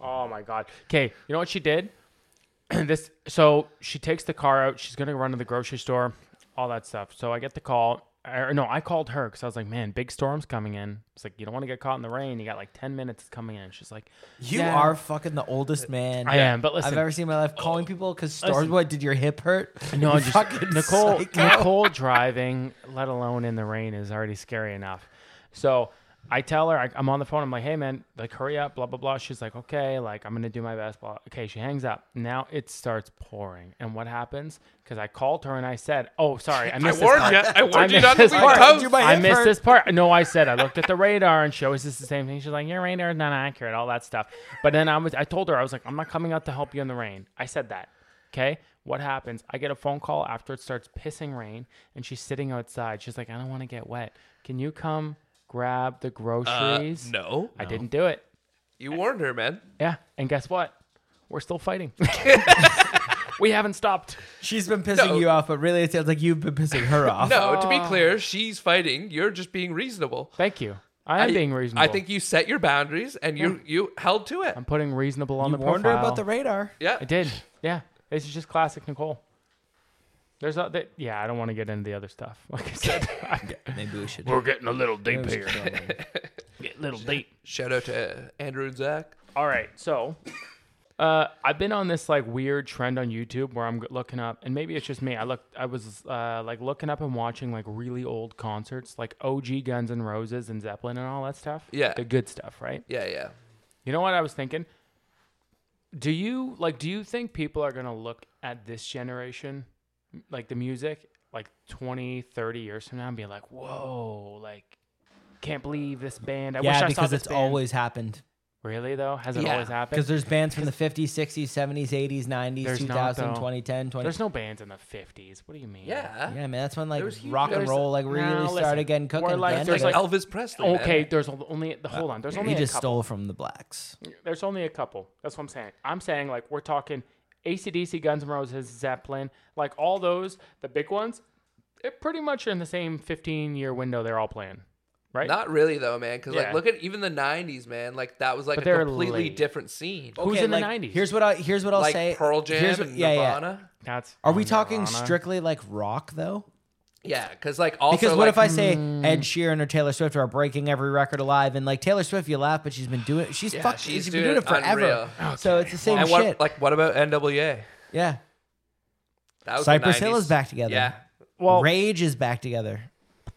Oh my god. Okay, you know what she did? this so she takes the car out. She's gonna run to the grocery store, all that stuff. So I get the call. Or no, I called her because I was like, man, big storm's coming in. It's like you don't want to get caught in the rain. You got like ten minutes it's coming in. She's like, you yeah, are fucking the oldest man I am, but listen, Oh, I've ever seen in my life calling people because stars. Listen. What did your hip hurt? No, You I'm just fucking Nicole. psycho. Nicole driving, let alone in the rain, is already scary enough. So I tell her I, I'm on the phone. I'm like, "Hey, man, like hurry up!" Blah blah blah. She's like, "Okay, like I'm gonna do my best." Blah. Okay, she hangs up. Now it starts pouring, and what happens? Because I called her and I said, "Oh, sorry, I I missed this warned part." you. I warned you missed not to this leave part. Did toast. you- My I hip missed hurt. this part. No, I said I looked at the radar and she always says the same thing. She's like, Your radar is not accurate, all that stuff. But then I was I told her, I was like, I'm not coming out to help you in the rain. I said that. Okay? What happens? I get a phone call after it starts pissing rain and she's sitting outside. She's like, I don't want to get wet. Can you come grab the groceries? No. I didn't do it. You warned her, man. Yeah. And guess what? We're still fighting. we haven't stopped. She's been pissing No. you off, but really it sounds like you've been pissing her off. No, to be clear, she's fighting. You're just being reasonable. Thank you. I am I- being reasonable. I think you set your boundaries and you you held to it. I'm putting reasonable on You the warned her profile. about the radar. Yeah. I did. Yeah. This is just classic Nicole. There's not that. Yeah, I don't want to get into the other stuff. Like I said, Maybe we should. we're getting a little deep here. Get a little deep. Shout out to Andrew and Zach. All right. So, uh, I've been on this like weird trend on YouTube where I'm looking up, and maybe it's just me. I looked, I was uh, like looking up and watching like really old concerts, like OG Guns N' Roses and Zeppelin and all that stuff. Yeah. the good stuff, right? Yeah, yeah. You know what I was thinking? Do you like do you think people are going to look at this generation like the music like 20, 30 years from now and be like, "Whoa, like can't believe this band. I wish Yeah, I saw because this it's band." always happened. Really though, has it Yeah. always happened? Because there's bands from the 50s, 60s, 70s, 80s, 90s, There's 2000, not, though. 2010, 20. There's no bands in the '50s. What do you mean? Yeah. yeah, man, that's when like There was huge- rock and there's- roll like really No, started listen, getting cooking. we're like- again. there's Like like- Elvis Presley. man. Okay, there's al- only the hold on. There's only he a just couple. stole from the blacks. There's only a couple. That's what I'm saying. I'm saying like we're talking ACDC, Guns N' Roses, Zeppelin, like all those, the big ones. They're pretty much in the same 15 year window. They're all playing, right? Not really though, man. Because Yeah. like, look at even the '90s, man. Like that was like But a they're completely late. different scene. Who's Okay, in the like, 90s? Here's what I here's what I'll like say. Pearl Jam Here's what- and yeah, yeah. Nirvana. That's Are we oh, talking Nirvana. strictly like rock though? Yeah, because like also Because what like, if I say Hmm. Ed Sheeran or Taylor Swift are breaking every record alive, and like Taylor Swift, you laugh, but she's been doing she's Yeah, fucked, she's she's been doing doing it forever. unreal. So it's the same and shit. what like what about NWA? yeah, That was the Cypress Hill 90s. is back together. Yeah, Well, Rage is back together.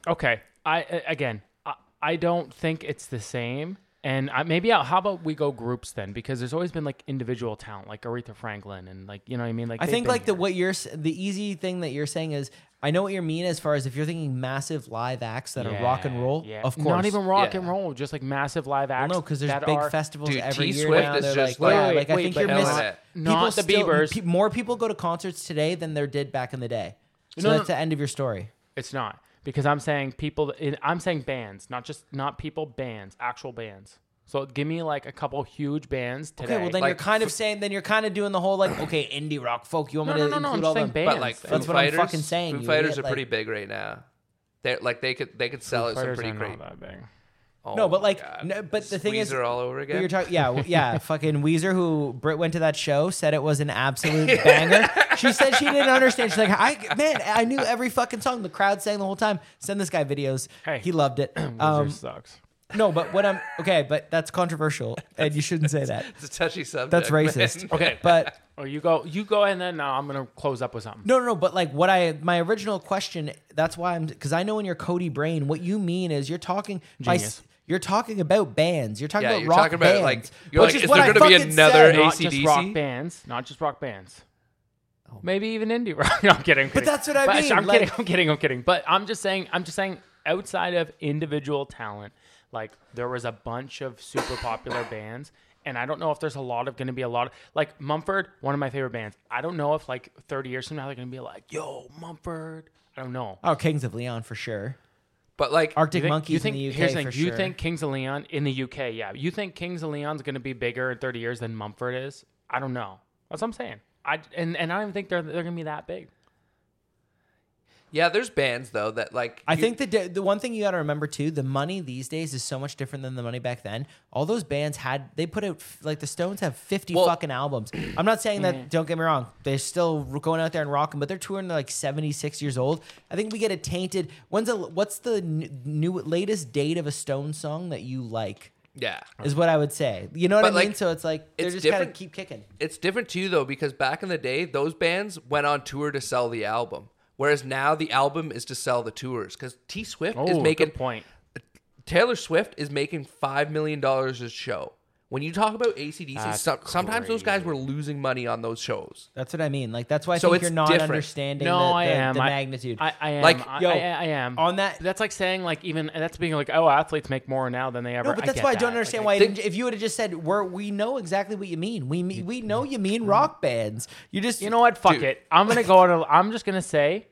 okay. I a- again, I, I don't think it's the same. And I, maybe i how about we go groups then? Because there's always been like individual talent, like Aretha Franklin, and like you know what I mean. Like I they've think been like the here. what you're s- the easy thing that you're saying is I know what you mean as far as if you're thinking massive live acts that are rock and Yeah, roll. yeah. Of course, not even rock and Yeah. roll, just like massive live acts. No, because there's that big are, festivals Dude, every year T-Swift now. is They're just like, like- yeah, Wait, like I wait, think but you're killing missing. it. Not people the still- Biebers. pe- more people go to concerts today than there did back in the day. So No, no, that's the end of your story. It's not because I'm saying people. in- I'm saying bands, not just not people. Bands, actual bands. So give me like a couple huge bands today. Okay, well then Like, you're kind of saying then you're kind of doing the whole like okay indie rock folk. You want no, me no, to no, no. I'm include just all saying them? bands. but like Foo That's Fighters, what I'm fucking saying, Foo you Fighters idiot, are pretty like- big right now. They're like they could they could sell Foo at some Fighters pretty are great. not that big. Oh No, but my like, God. no, but the thing is, Squeezer all over But again. you're talking, yeah, w- yeah. fucking Weezer, who Brit went to that show, said it was an absolute banger. She said she didn't understand. She's like, I man, I knew every fucking song. The crowd sang the whole time. Send this guy videos. Hey. He loved it. Um, Um, sucks. no, but what I'm okay, but that's controversial, and you shouldn't say that. it's a touchy subject. That's man. racist. Okay. But Oh, you go. You go, and then now I'm gonna close up with something. no, no, no. But like, what I my original question. That's why I'm because I know in your Cody brain, what you mean is you're talking by s- Genius. You're talking about bands. You're talking Yeah, about you're rock talking about, bands, like- you're which like, is is what there I gonna be fucking another said. No, Not just rock AC/DC? bands. Not just rock bands. Maybe even indie rock. No, I'm kidding. I'm kidding. Oh. that's what I mean, I'm like- kidding. I'm kidding. I'm kidding. But I'm just saying. I'm just saying. Outside of individual talent, like there was a bunch of super popular bands, and I don't know if there's a lot of going to be a lot of like Mumford, one of my favorite bands. I don't know if like 30 years from now they're going to be like, "Yo, Mumford." I don't know. Oh, Kings of Leon for sure. But like, Arctic You think- Monkeys you think, in the UK here's the thing, for You sure. think Kings of Leon in the UK? Yeah. You think Kings of Leon's going to be bigger in 30 years than Mumford is? I don't know. That's what I'm saying. I and, and I don't even think they're they're going to be that big. yeah, there's bands though that like I you- think the di- the one thing you got to remember too, the money these days is so much different than the money back then. All those bands had they put out f- like the Stones have fifty Well- Mm-hmm. fucking albums. I'm not saying that. Don't get me wrong, they're still going out there and rocking, but they're touring. They're like 76 years old. I think we get a tainted. When's the what's the n- new latest date of a Stone song that you like? yeah, Is what I would say. You know what But, I mean? like, so it's like they're it's just gotta different- keep kicking. it's different too though because back in the day those bands went on tour to sell the album, whereas now the album is to sell the tours because T Swift is Oh, making good point. Taylor Swift is making five million dollars a show. When you talk about ACDC, That's some, sometimes those guys were losing money on those shows. That's what I mean. Like that's why I So think it's you're not different. understanding No, the, the, I am. the I- magnitude. I, I am. Like, I, yo, I, I am on that- That's like saying like even that's being like oh athletes make more now than they ever. No, but I that's get why I that. don't Like, understand I- why. I didn't, if you would have just said, "We're we know exactly what you mean. We me- we know you mean rock bands. You just Mm-hmm. You know what? Fuck Dude. it. I'm gonna go. On a, I'm just gonna say,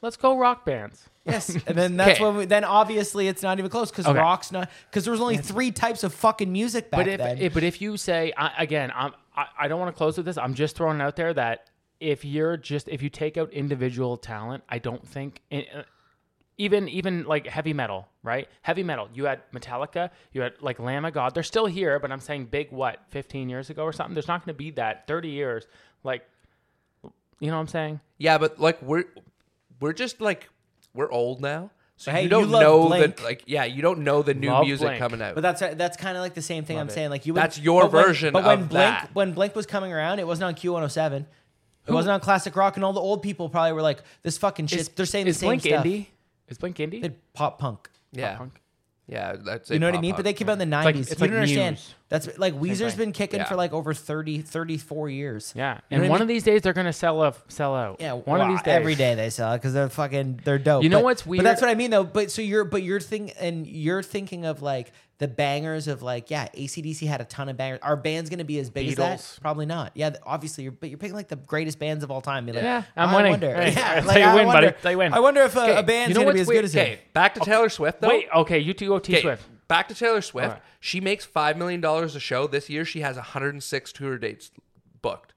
let's go rock bands. yes." And then that's Okay. when we, then obviously it's not even close because Okay. rock's not because there was only three types of fucking music back But if, then. if- but if you say I, again, I'm I, I don't want to close with this. I'm just throwing it out there that if you're just if you take out individual talent, I don't think i- uh, even even like heavy metal, right? Heavy metal. You had Metallica, you had like Lamb of God. They're still here, but I'm saying big what 15 years ago or something. There's not going to be that 30 years. Like, you know what I'm saying? Yeah, but like we're we're just like we're old now, so Hey, you don't you love know Blink. the like yeah you don't know the new Love music Blink. coming out. but that's that's kind of like the same thing I'm it. saying. Like you, would, That's your but when- version But when of Blink that. when Blink was coming around, it wasn't on Q107. It wasn't on classic rock, and all the old people probably were like, "This fucking shit." They're saying the Is same Blink stuff. indie? Is Blink indie? They pop punk. yeah, punk. yeah, that's You know what I mean? But they came out in the 90s. like- you it's don't like understand. Muse. That's like Weezer's thing. been kicking Yeah. for like over 30, 34 years. yeah. You And know what I one mean? of these days they're going to sell a sell out. Yeah, One of wow, these days. every day they sell it because they're fucking they're dope. You know But- what's But that's weird? what I mean though. But so you're but you're thing and you're thinking of like the bangers of like, yeah, ACDC had a ton of bangers. Are bands going to be as big as Beatles. that? Probably not. Yeah, th- obviously, you're, but you're picking like the greatest bands of all time. Be like, "Oh, Yeah, I'm I winning. Wonder. Hey, yeah, that's like, how you I win, buddy. wonder- That's how you win. I wonder if a, a Okay, band's you know going to be what's as weird? good as okay, him. back to Taylor Swift though. Wait, okay, you two go T Okay, Swift. Back to Taylor Swift. right. She makes five million dollars a show this year. She has 106 tour dates booked,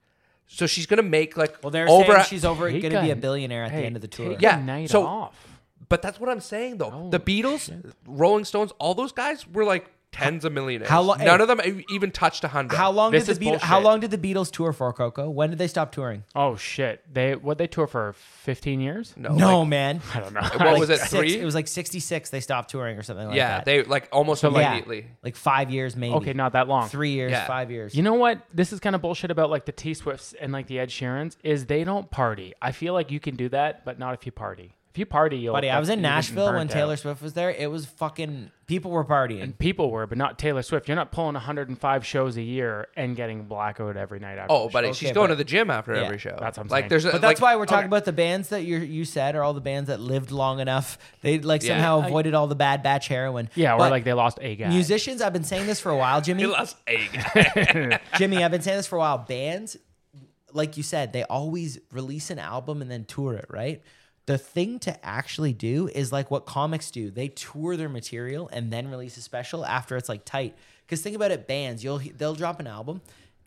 so she's gonna make like Well, they're over. saying a- she's over He going to be a got- billionaire at the hey, end of the tour. take Yeah, a night so- off. but that's what I'm saying though. Oh, the Beatles, Rolling Stones, all those guys were like tens of millionaires. How lo- None hey. of them e- even touched a hundred. How long This did is the Beatles, How bullshit. long did the Beatles tour for Coco? When did they stop touring? Oh shit! They what they tour for 15 years? No, no, like- man. Oh, I don't know. What Like was it? six- Three? It was like 66 they stopped touring or something like yeah, that. they like almost Yeah, immediately. Like 5 years maybe. okay, not that long. 3 years, Yeah. 5 years. You know what? This is kind of bullshit about like the T Swifts and like the Ed Sheerans is they don't party. I feel like you can do that, but not if you party. If you party, you'll. Buddy, I was in you're getting Nashville when burnt out. Taylor Swift was there. It was fucking people were partying. People were, but not Taylor Swift. You're not pulling 105 shows a year and getting blackout every night. After Oh, the show. buddy, she's Okay, going but- to the gym after Yeah, every show. that's what I'm like. saying. There's, a, But that's like, why we're talking about the bands that you you said are all the bands that lived long enough. They like Yeah. somehow I- avoided all the bad batch heroin. yeah, or But like they lost a guy. musicians. I've been saying this for a while, Jimmy. He lost eight. Jimmy, I've been saying this for a while. Bands, like you said, they always release an album and then tour it, right? The thing to actually do is like what comics do. They tour their material and then release a special after it's like tight. Cuz think about it, bands, you'll they'll drop an album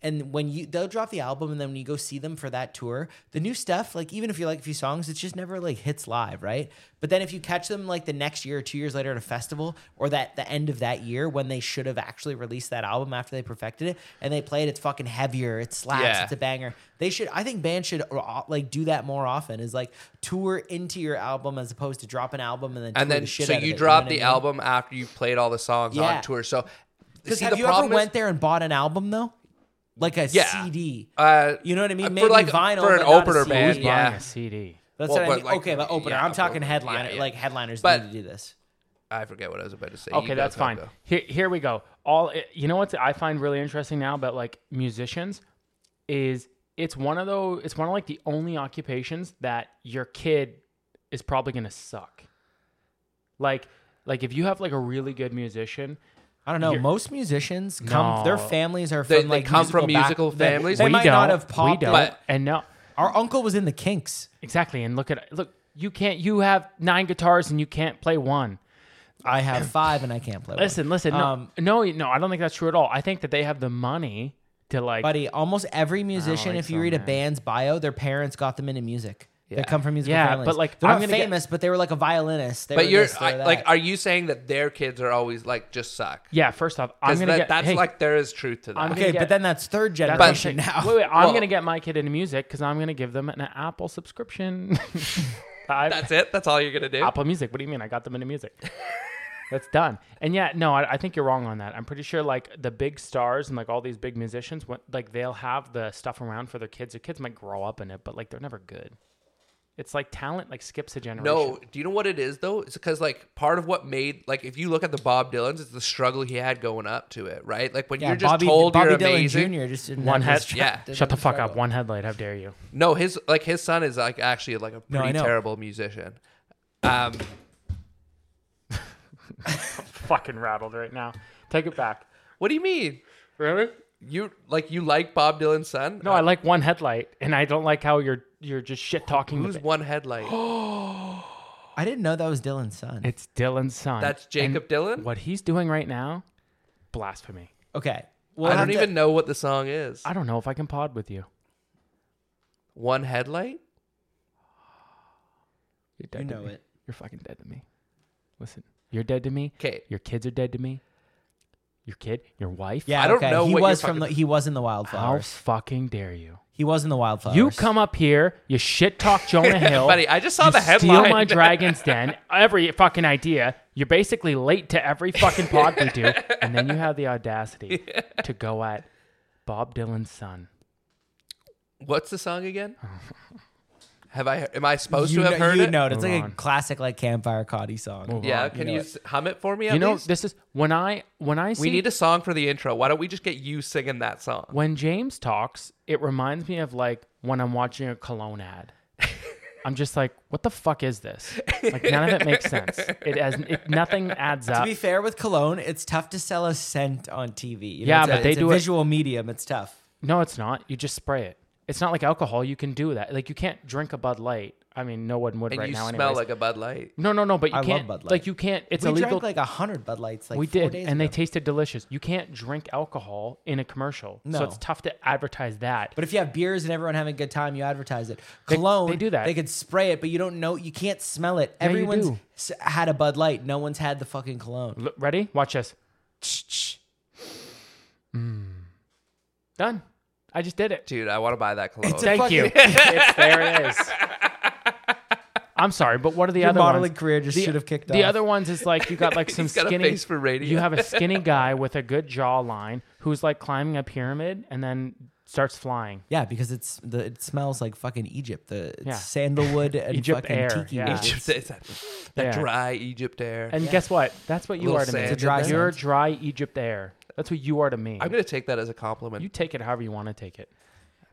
and when you they'll drop the album and then when you go see them for that tour, the new stuff like even if you like a few songs, it just never like hits live, right? But then if you catch them like the next year or 2 years later at a festival or that the end of that year when they should have actually released that album after they perfected it and they play it it's fucking heavier, it slaps, Yeah. it's a banger. They should I think bands should uh, like do that more often is like tour into your album as opposed to drop an album and then tour and then the shit so out of it, you know drop what I the mean? album after you played all the songs Yeah. on tour. So, Because see, have the you ever problem is- went there and bought an album though? Like a Yeah. CD. Uh, you know what I mean? for Maybe like- vinyl for an but not a opener CD. band, Who's yeah. buying a CD? That's Well, what I but mean. like- okay, but opener. yeah, I'm talking opener, headliner. yeah, yeah. Like headliners But- need to do this. I forget what I was about to say. You Okay, go, that's fine. Coco. Here, here we go. All you know what I find really interesting now about like musicians is it's one of those it's one of like the only occupations that your kid is probably gonna suck. Like like if you have like a really good musician, I don't know. Most musicians come. No. Their families are from They- they like come from back- musical they- families. They we might don't, not have we popped. don't, it. But- and no, Our uncle was in the Kinks. exactly. And look at look, you can't. You have nine guitars and you can't play one. I have five, and I can't play. one. Listen, listen, no, Um, no, no. I don't think that's true at all. I think that they have the money to like. buddy. Almost every musician, think if you so, read a man. band's bio, their parents got them into music. They come from musical Yeah, families. but, like, they're I'm not gonna get- famous, but they were like a violinist. They But were you're this, they were I, like, that. are you saying that their kids are always like just suck? yeah. First off, I'm Because gonna that, get that's hey, like there is truth to that. I'm gonna okay? get- But then that's third That's what I'm generation saying. now. Wait, wait. I'm Well- gonna get my kid into music because I'm gonna give them an Apple subscription. I- that's it. That's all you're gonna do. Apple Music. What do you mean? I got them into music. That's done. And yeah, no, I, I think you're wrong on that. I'm pretty sure like the big stars and like all these big musicians, what, like they'll have the stuff around for their kids. Their kids might grow up in it, but like they're never good. It's like talent like skips a generation. No, do you know what it is though? It's because like part of what made like if you look at the Bob Dylan's, it's the struggle he had going up to it, right? Like when yeah, you're just Bobby, told Bobby you're Dylan amazing. Jr. just didn't one have head. his yeah. didn't Shut the have his fuck struggle. up. One headlight. How dare you? No, his like his son is like actually like a No, I pretty know. terrible musician. Um, Fucking rattled right now. Take it back. what do you mean? Really? You like you like Bob Dylan's son? Uh, No, I like one headlight, and I don't like how you're you're just shit talking. Who's one headlight? I didn't know that was Dylan's son. It's Dylan's son. That's Jacob Dylan? What he's doing right now, blasphemy. Okay. Well, I don't even know what the song is. I don't know if I can pod with you. One headlight? You're You dead to know me. it. You're fucking dead to me. Listen, you're dead to me. 'Kay. Your kids are dead to me. Your kid, your wife. Yeah, I don't okay. know He what you're was talking from the. He was in the How wildflowers. fucking dare you? He was in the wildflowers. You come up here, you shit talk Jonah Hill. Buddy, I just saw you the Steal headline. my Dragon's Den, every fucking idea. You're basically late to every fucking pod we do. And then you have the audacity to go at Bob Dylan's son. What's the song again? Have I? Am I supposed You to have know, heard you it? know it. It's Move like on. a classic, like campfire Cotty song. Yeah. on, Can you, s hum it for me? At You know, least? this is when I when I see we need a song for the intro. Why don't we just get you singing that song? when James talks, it reminds me of like when I'm watching a cologne ad. I'm just like, what the fuck is this? Like none of it makes sense. It has it, nothing adds To up. be fair with cologne, it's tough to sell a scent on TV. You know, Yeah, it's a- but they it's do a it- visual medium. It's tough. No, it's not. You just spray it. It's not like alcohol. You can do that. Like you can't drink a Bud Light. I mean, no one would and right you now. smell anyways. like a Bud Light. no, no, no. But you I love can't. Bud Light. Like you can't. It's we illegal. drank like a hundred Bud Lights. Like we four did, days and they ago. tasted delicious. You can't drink alcohol in a commercial, so No. it's tough to advertise that. But if you have beers and everyone having a good time, you advertise it. Cologne, they do that. They could spray it, but you don't know. You can't smell it. you Everyone's do. s- had a Bud Light. No one's had the fucking cologne. Look, ready? Watch this. Mm. Done. I just did it. Dude, I want to buy that cologne. It's a Thank fucking- you. it's, there it is. I'm sorry, but what are the Your other modeling ones? career just The- should have kicked The off. other ones is like you got like some He's got a skinny. face for radio. You have a skinny guy with a good jawline who's like climbing a pyramid and then starts flying. Yeah, because it's the it smells like fucking Egypt. The it's Yeah. sandalwood and Egypt fucking air, tiki. yeah. wood. Egypt, It's- it's that, that Yeah. dry Egypt air. And guess what? That's what you Little are to me. sand It's a dry in there. You're sense. dry Egypt air. That's what you are to me. I'm gonna take that as a compliment. you take it however you want to take it.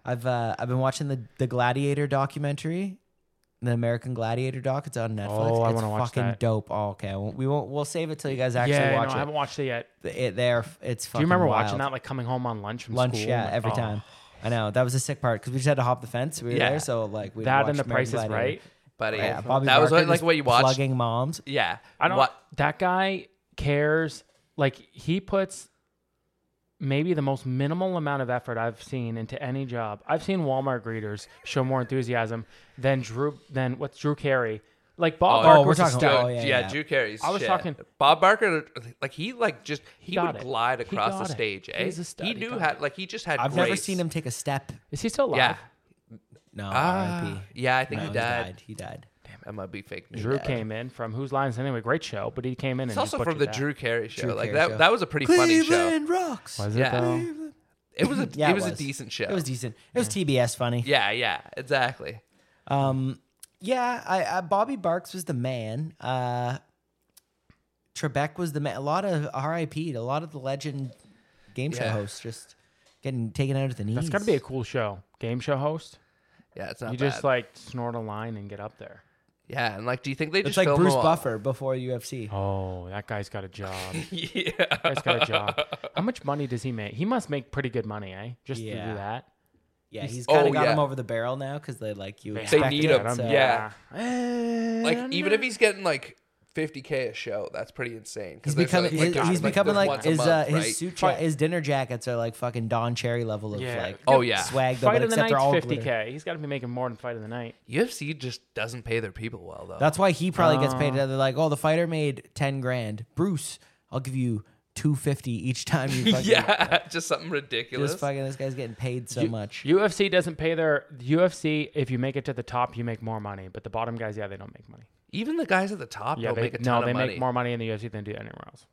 I've uh, I've been watching the the Gladiator documentary, the American Gladiator doc. It's on Netflix. Oh, I it's wanna watch fucking that. dope. Oh, okay, I won't- we won't. We'll save it till you guys actually yeah, watch no, I haven't watched it yet. it. it. There, it's. Do Fucking you remember wild. watching that? Like coming home on lunch from lunch? school? yeah, Like, every oh. time. I know that was a sick part because we just had to hop the fence. We were Yeah. there, so like we That and The Price prices, is Right. buddy. Yeah, Bobby that was Barker what, like just what you watched. Plugging moms. Yeah, I don't. What, That guy cares. Like he puts maybe the most minimal amount of effort I've seen into any job. I've seen Walmart greeters show more enthusiasm than Drew than what's Drew Carey. Like Bob Oh, Barker oh, we're was a talking- stud. oh, yeah, yeah, yeah. Drew Carey's. I was shit. talking- Bob Barker, like he like just he, got would it. glide He across the got it. stage. Eh? He's a stud. He He knew got how it. like he just had. I've never grace. seen him take a step. Is he still alive? Yeah, No, ah, RIP. yeah. I think No, he died. He died. That might be fake news. Drew came in from Whose Lines Anyway? Great show, but he came in and It's also he from butchered the that. Drew Carey show. Drew like Carey that. show. That was a pretty funny show. Cleveland rocks. Was it Yeah. though? It was a. Yeah, it was a decent show. It was decent. It was TBS funny. Yeah, yeah, exactly. Um, yeah, I, I Bobby Barks was the man. Uh, Trebek was the man. A lot of RIP. 'd, A lot of the legend game show Yeah. hosts just getting taken out at the knees. That's got to be a cool show. Game show host. Yeah, it's not. You bad. just like snort a line and get up there. Yeah, and like, do you think they just It's like film Bruce all- Buffer before UFC. Oh, that guy's got a job. Yeah. Guy's got a job. How much money does he make? He must make pretty good money, eh? Just to Yeah. do that. Yeah, he's Oh, kind of got yeah. him over the barrel now because they like you. They expect need it, him, so- yeah. Yeah. Like even if he's getting like 50k a show, that's pretty insane. 'cause He's there's, becoming like, his, guys, he's like, becoming the like once a his uh, month, his right? suit ja- his dinner jackets are like fucking Don Cherry level of Yeah. like Oh yeah, swag though, Fight but of the except night's they're all 50K. glitter. He's got to be making more than Fight of the Night. UFC just doesn't pay their people well though. That's why he probably gets paid. They're like, oh, the fighter made ten grand. Bruce, I'll give you two fifty each time you fucking. yeah, just something This ridiculous. fucking this guy's getting paid so much. UFC doesn't pay their UFC. If you make it to the top, you make more money. But the bottom guys, yeah, they don't make money. Even the guys at the top Yeah, don't they, make a ton no, of they money. make more money in the UFC than do anywhere else.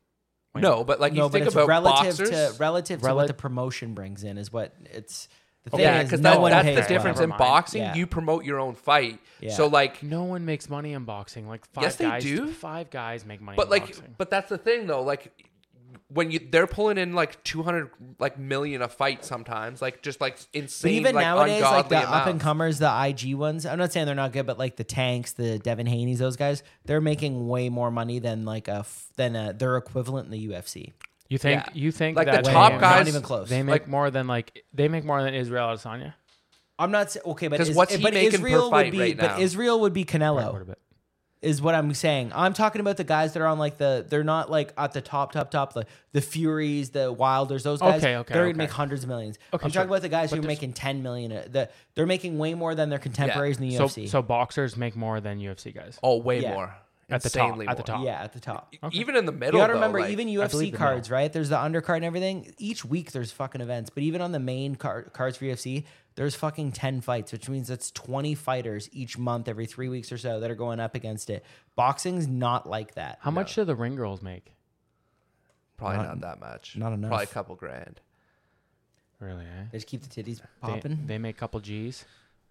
No, but like you no, but think it's about relative boxers. to relative to Rela- what the promotion brings in is what it's. The thing yeah, is, because no one that's pays the well. difference Never in mind. boxing. Yeah. You promote your own fight, Yeah. so like, No one makes money in boxing. Like five Yes, they guys, do. Five guys make money. but in like, boxing. but that's the thing though. Like, when you they're pulling in like 200 like million a fight sometimes, like just like But insane. even like, nowadays, like ungodly the up and amounts. comers, the IG ones, I'm not saying they're not good, but like the tanks, the Devin Haney's, those guys, they're making way more money than like a f- than a, their equivalent in the UFC. you think yeah. you think Like, the that they- top they- guys- not even close. they make like- more than like they make more than Israel Adesanya. I'm not sa- okay, but 'Cause is- eh, what's he but making per Israel fight would be, right now? but Israel would be Quite a Canelo, bit. is what I'm saying. I'm talking about the guys that are on like the they're not like at the top, top, top, like the Furies, the Wilders, those guys. Okay, okay, they're gonna okay. make hundreds of millions. Okay, I'm sure. talking about the guys But who are there's- making 10 million. uh, The, they're making way more than their contemporaries in the So, UFC. so boxers make more than UFC guys. Oh, way Yeah. more. At the top, Insanely at the more. top. yeah, at the top. Even in the middle, You gotta though, remember, like- even believe UFC the middle. cards, right? There's the undercard and everything. Each week there's fucking events, but even on the main car- cards for UFC, there's fucking ten fights, which means that's twenty fighters each month, every three weeks or so, that are going up against it. Boxing's not like that. How much do the ring girls make? Probably not, that much. not enough. Probably a couple grand. Really? Eh? They just keep the titties They- popping. They, make a couple G's.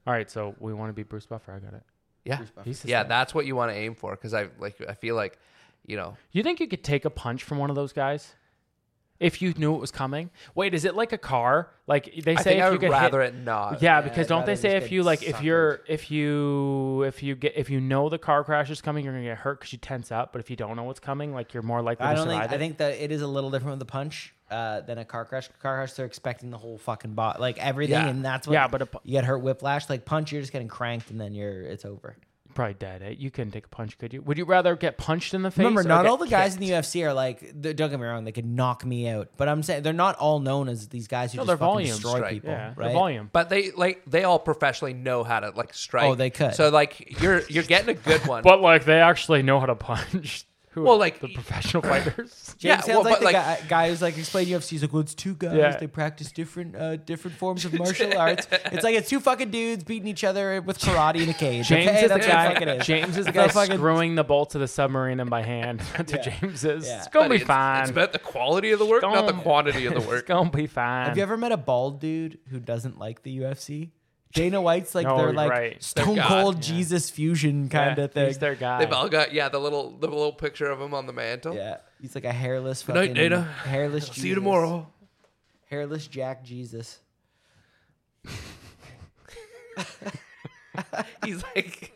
All right, so we want to be Bruce Buffer. I got it. Yeah, He's the yeah, same. that's what you want to aim for because I like I feel like, you know, You think you could take a punch from one of those guys? if you knew it was coming. Wait, is it like a car? Like they say, I think if I you would get rather hit, it Uh, not. Yeah, I'd because don't rather they just say if get you like if suckered. you're if you if you get if you know the car crash is coming, you're gonna get hurt because you tense up. But if you don't know what's coming, like you're more likely I to don't think. survive I it. think that it is a little different with the punch uh, than a car crash. Car crash, they're expecting the whole fucking bot, like everything, Yeah. and that's what. Yeah, but a pu- you get hurt whiplash. Like punch, you're just getting cranked, and then you're it's over. You're probably dead. Eh? You couldn't take a punch, could you? Would you rather get punched in the face? Remember, or not get all the guys kicked? in the UFC are like. they- Don't get me wrong; they could knock me out, but I'm saying they're not all known as these guys who No, they're just fucking volume destroy strike. people, yeah, the right? volume. But they like they all professionally know how to like strike. Oh, they could. So like you're you're getting a good one. But like they actually know how to punch. Who Well, are like- the professional fighters. Jake Yeah, sounds well, like but, the like- guy, guy who's like explaining UFC. He's like, well, it's two guys. Yeah. They practice different uh, different forms of martial arts. It's like it's two fucking dudes beating each other with karate in a cage. James okay? is the That's what fucking guy. it is. James is the It's not guy fucking- screwing the bolts of the submarine in by hand. That's what Yeah. James is. Yeah. It's gonna But be it's, fine. It's about the quality of the work, not the Don't- quantity of the It's work. gonna be fine. Have you ever met a bald dude who doesn't like the UFC? Dana White's like No, they're you're like right. Stone God. Cold Jesus fusion Yeah, kind of thing. He's their guy. They've all got yeah the little the little picture of him on the mantle. yeah, he's like a hairless Oh. night, fucking Dana. hairless. I'll Jesus, See you tomorrow. Hairless Jack Jesus. He's like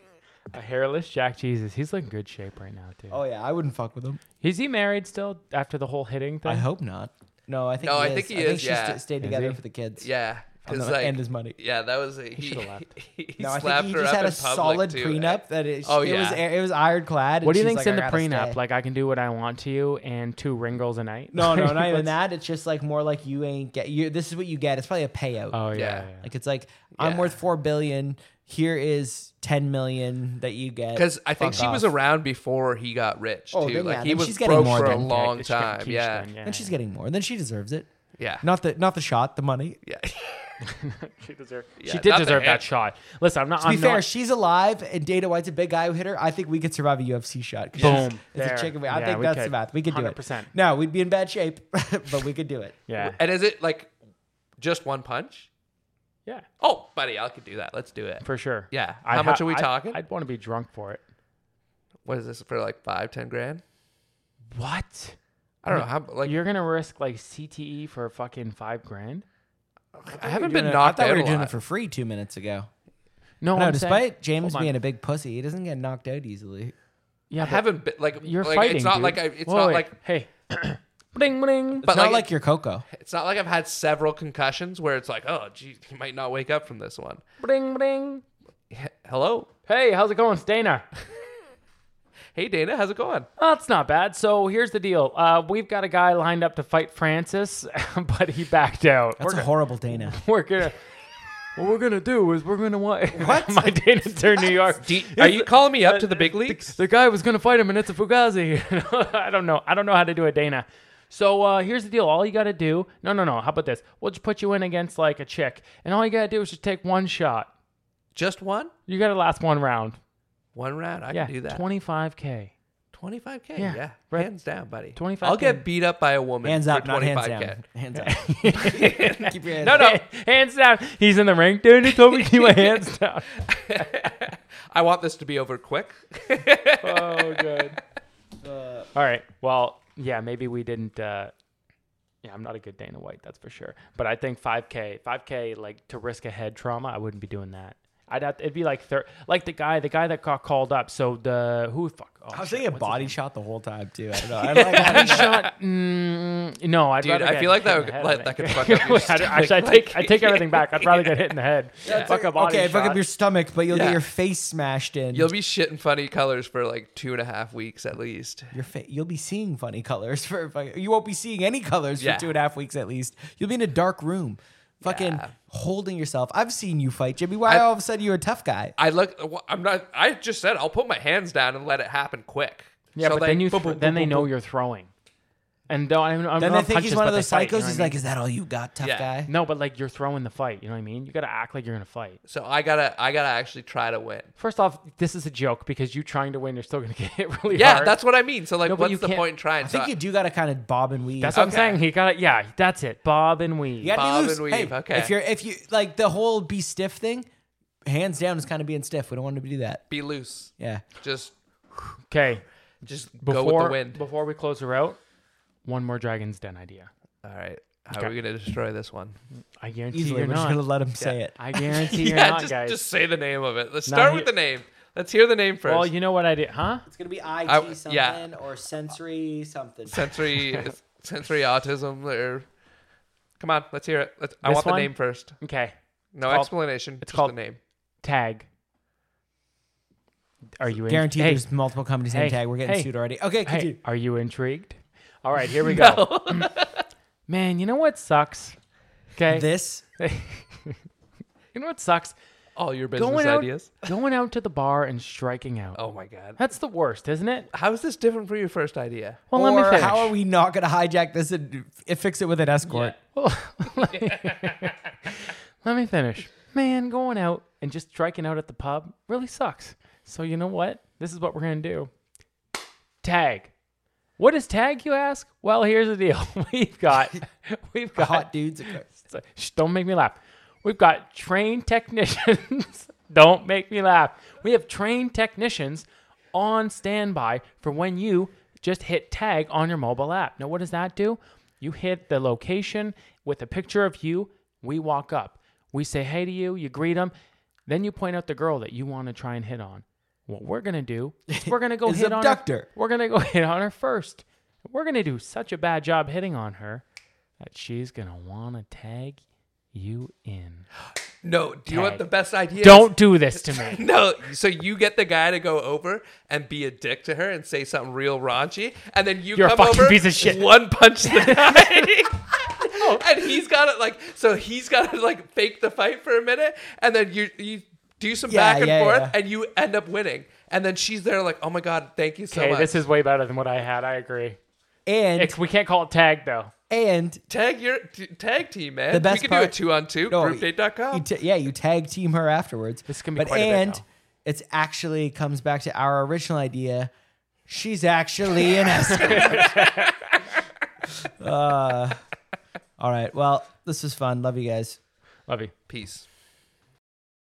a hairless Jack Jesus. He's like in good shape right now, dude. Oh yeah, I wouldn't fuck with him. Is he married still after the whole hitting thing? I hope not. No, I think No, he I is. think he I think is, she yeah. st- stayed Is together he? for the kids. yeah. On 'cause, the- like, and his money. Yeah, that was he, should've left. He, he No, I slapped think her he just up had a in public, solid too. prenup that it, Oh, it was yeah. it was ironclad. and what do you she's think's like, in "I the gotta prenup? stay." Like I can do what I want to you and two ring girls a night. no, no, not Like, even what's- that. It's just like more like you ain't get you. This is what you get. It's probably a payout. Oh yeah. Yeah. yeah. Like it's like I'm Yeah. worth four billion. Here is ten million that you get. Because I think Fuck she off. was around before he got rich too. Oh, then, like yeah, he then was she's getting broke more for a than- long It's getting time. teached Yeah. then, yeah, and she's getting more. Then she deserves it. yeah, Not the not the shot, the money. she deserved. Yeah, she did not the deserve that hand. shot. Listen, I'm not. To be I'm fair, not, she's alive, and Data White's a big guy who hit her. I think we could survive a UFC shot. 'cause Boom. she's- It's There. a chicken. I Yeah, think we that's could. the math. We could do it. 100%. No, we'd be in bad shape, but we could do it. yeah. And is it like just one punch? Yeah. Oh, buddy, I could do that. Let's do it. For sure. Yeah. I'd How much are we I'd- talking? I'd want to be drunk for it. What is this for? Like five, ten grand? What? I don't know. How like You're gonna risk like CTE for fucking five grand? I haven't Doing been it- knocked I thought out we a were doing lot. it for free two minutes ago. No, no, I'm saying- despite James Hold on. being a big pussy, he doesn't get knocked out easily. yeah, I but haven't been like You're like, fighting. It's not dude. like I, it's Whoa, not wait. like hey, bling bling. but Not like, like, your Coco. it's not like I've had several concussions where it's like oh gee you might not wake up from this one. Bling bling. Hello, Hey, how's it going, Stainer? hey Dana, how's it going? Oh, it's not bad. So here's the deal. Uh, we've got a guy lined up to fight Francis, but he backed out. That's a horrible Dana. We're gonna. What we're gonna do is we're gonna what? My Dana turned New York. Do you- are you calling me up to the big leagues? The guy was gonna fight him, and it's a Fugazi. I don't know. I don't know how to do a Dana. So uh, here's the deal. All you gotta do. No, no, no. How about this? We'll just put you in against like a chick, and all you gotta do is just take one shot. Just one, You gotta last one round. one round. I Yeah, can do that. Twenty-five k. 25k. Yeah, Yeah, right. hands down, buddy. 25K. I'll get beat up by a woman. Hands for up, not hands 25K. down. Hands up. Keep your hands No, up. no. hands down. He's in the ring, dude. He told me to keep my hands down. I want this to be over quick. Oh, good. Uh, All right. Well, yeah. Maybe we didn't. Uh, yeah, I'm not a good Dana White, that's for sure. But I think 5K, 5K, like to risk a head trauma, I wouldn't be doing that. I'd have to, it'd be like thir- like the guy, the guy that got called up. So the who fuck. Oh, I was shit, thinking a what's his body shot the whole time too. I don't know. I like how he- shot. Mm, no, I'd Dude, rather I get feel like hit that in the would- head, like, I that think. could fuck up your Wait, I- Actually, I stomach, take I like- take everything back. I'd rather get hit in the head. fuck a body okay, fuck shot. up your stomach, but you'll Yeah. get your face smashed in. You'll be shitting funny colors for like two and a half weeks at least. your fa- you'll be seeing funny colors for fucking, you won't be seeing any colors Yeah. for two and a half weeks at least. You'll be in a dark room, fucking Yeah. holding yourself. I've seen you fight, Jimmy. Why I- all of a sudden you're a tough guy? I look. I'm not. I just said I'll put my hands down and let it happen quick. Yeah, So but they- then you boom, thro- boom, then boom, they boom, know boom. you're throwing, and though I'm, I'm Then not I think he's punches, one but of they those fight, you know psychos. what I mean? He's Mm, like, "Is that all you got, tough Yeah. guy?" No, but like you're throwing the fight. You know what I mean? You got to act like you're gonna fight. So I gotta. I gotta actually try to win. First off, this is a joke because you trying to win, you're still gonna get hit really Yeah, hard. that's what I mean. So like, No, but you what's the can't- point in trying? I think so you do got to kind of bob and weave. that's what Okay. I'm saying. He got it. Yeah, that's it. Bob and Weave. you got Bob to be loose. and weave, Hey, okay. if you're if you like the whole be stiff thing, hands down is kind of being stiff. We don't want to do that. be loose. Yeah. Just, Okay, just before go with the wind. before we close her out, one more Dragon's Den idea. All right. How are Okay. we gonna destroy this one? I guarantee Easily, you're we're just not. gonna let him say it. I guarantee you're yeah, not, just, guys. just say the name of it. Let's start he- with the name. Let's hear the name first. well, you know what I did, huh? It's gonna be IT I- yeah. something or sensory something. sensory sensory autism or come on let's hear it let's, i This want the one? name first Okay. no called- explanation it's just called- the name Tag. Are you in- Guaranteed, Hey, there's multiple companies named Hey. tag. We're getting Hey. sued already. Okay, Hey, continue. are you intrigued? All right, here we go. Man, you know what sucks? Okay. this you know what sucks? all your business Going out, ideas going out to the bar and striking out. oh my god That's the worst, isn't it? how is this different from your first idea Well, or let me finish. how are we not gonna hijack this and f- fix it with an escort? Well, let me- let me finish. Man, going out and just striking out at the pub really sucks. So, you know what? This is what we're going to do tag. What is tag, you ask? Well, here's the deal. We've got, we've got, Hot dudes. okay. so- shh, don't make me laugh. We've got trained technicians. don't make me laugh. We have trained technicians on standby for when you just hit tag on your mobile app. Now, what does that do? You hit the location with a picture of you. We walk up. We say hey to you. You greet them. Then you point out the girl that you want to try and hit on. What we're gonna do is we're gonna go Is hit on her. abductor. We're gonna go hit on her first. We're gonna do such a bad job hitting on her that she's gonna wanna tag you in. no do you want Tag. the best idea Don't do this to me. no so you get the guy to go over and be a dick to her and say something real raunchy and then you You're a come fucking over piece of shit. Oh. one punch the guy and he's got to like so he's got to like fake the fight for a minute and then you you do some Yeah, back and yeah, forth yeah. and you end up winning and then she's there like oh my god thank you so Okay, much this is way better than what I had. I agree. And It's, we can't call it tag though. and tag your t- tag team man The best we can do a part- two on two No, groupdate.com you ta- yeah, you tag team her afterwards. This can be but quite a bit, and though. it's actually comes back to our original idea. She's actually an escort. uh, all right. Well, this was fun. Love you guys. Love you. peace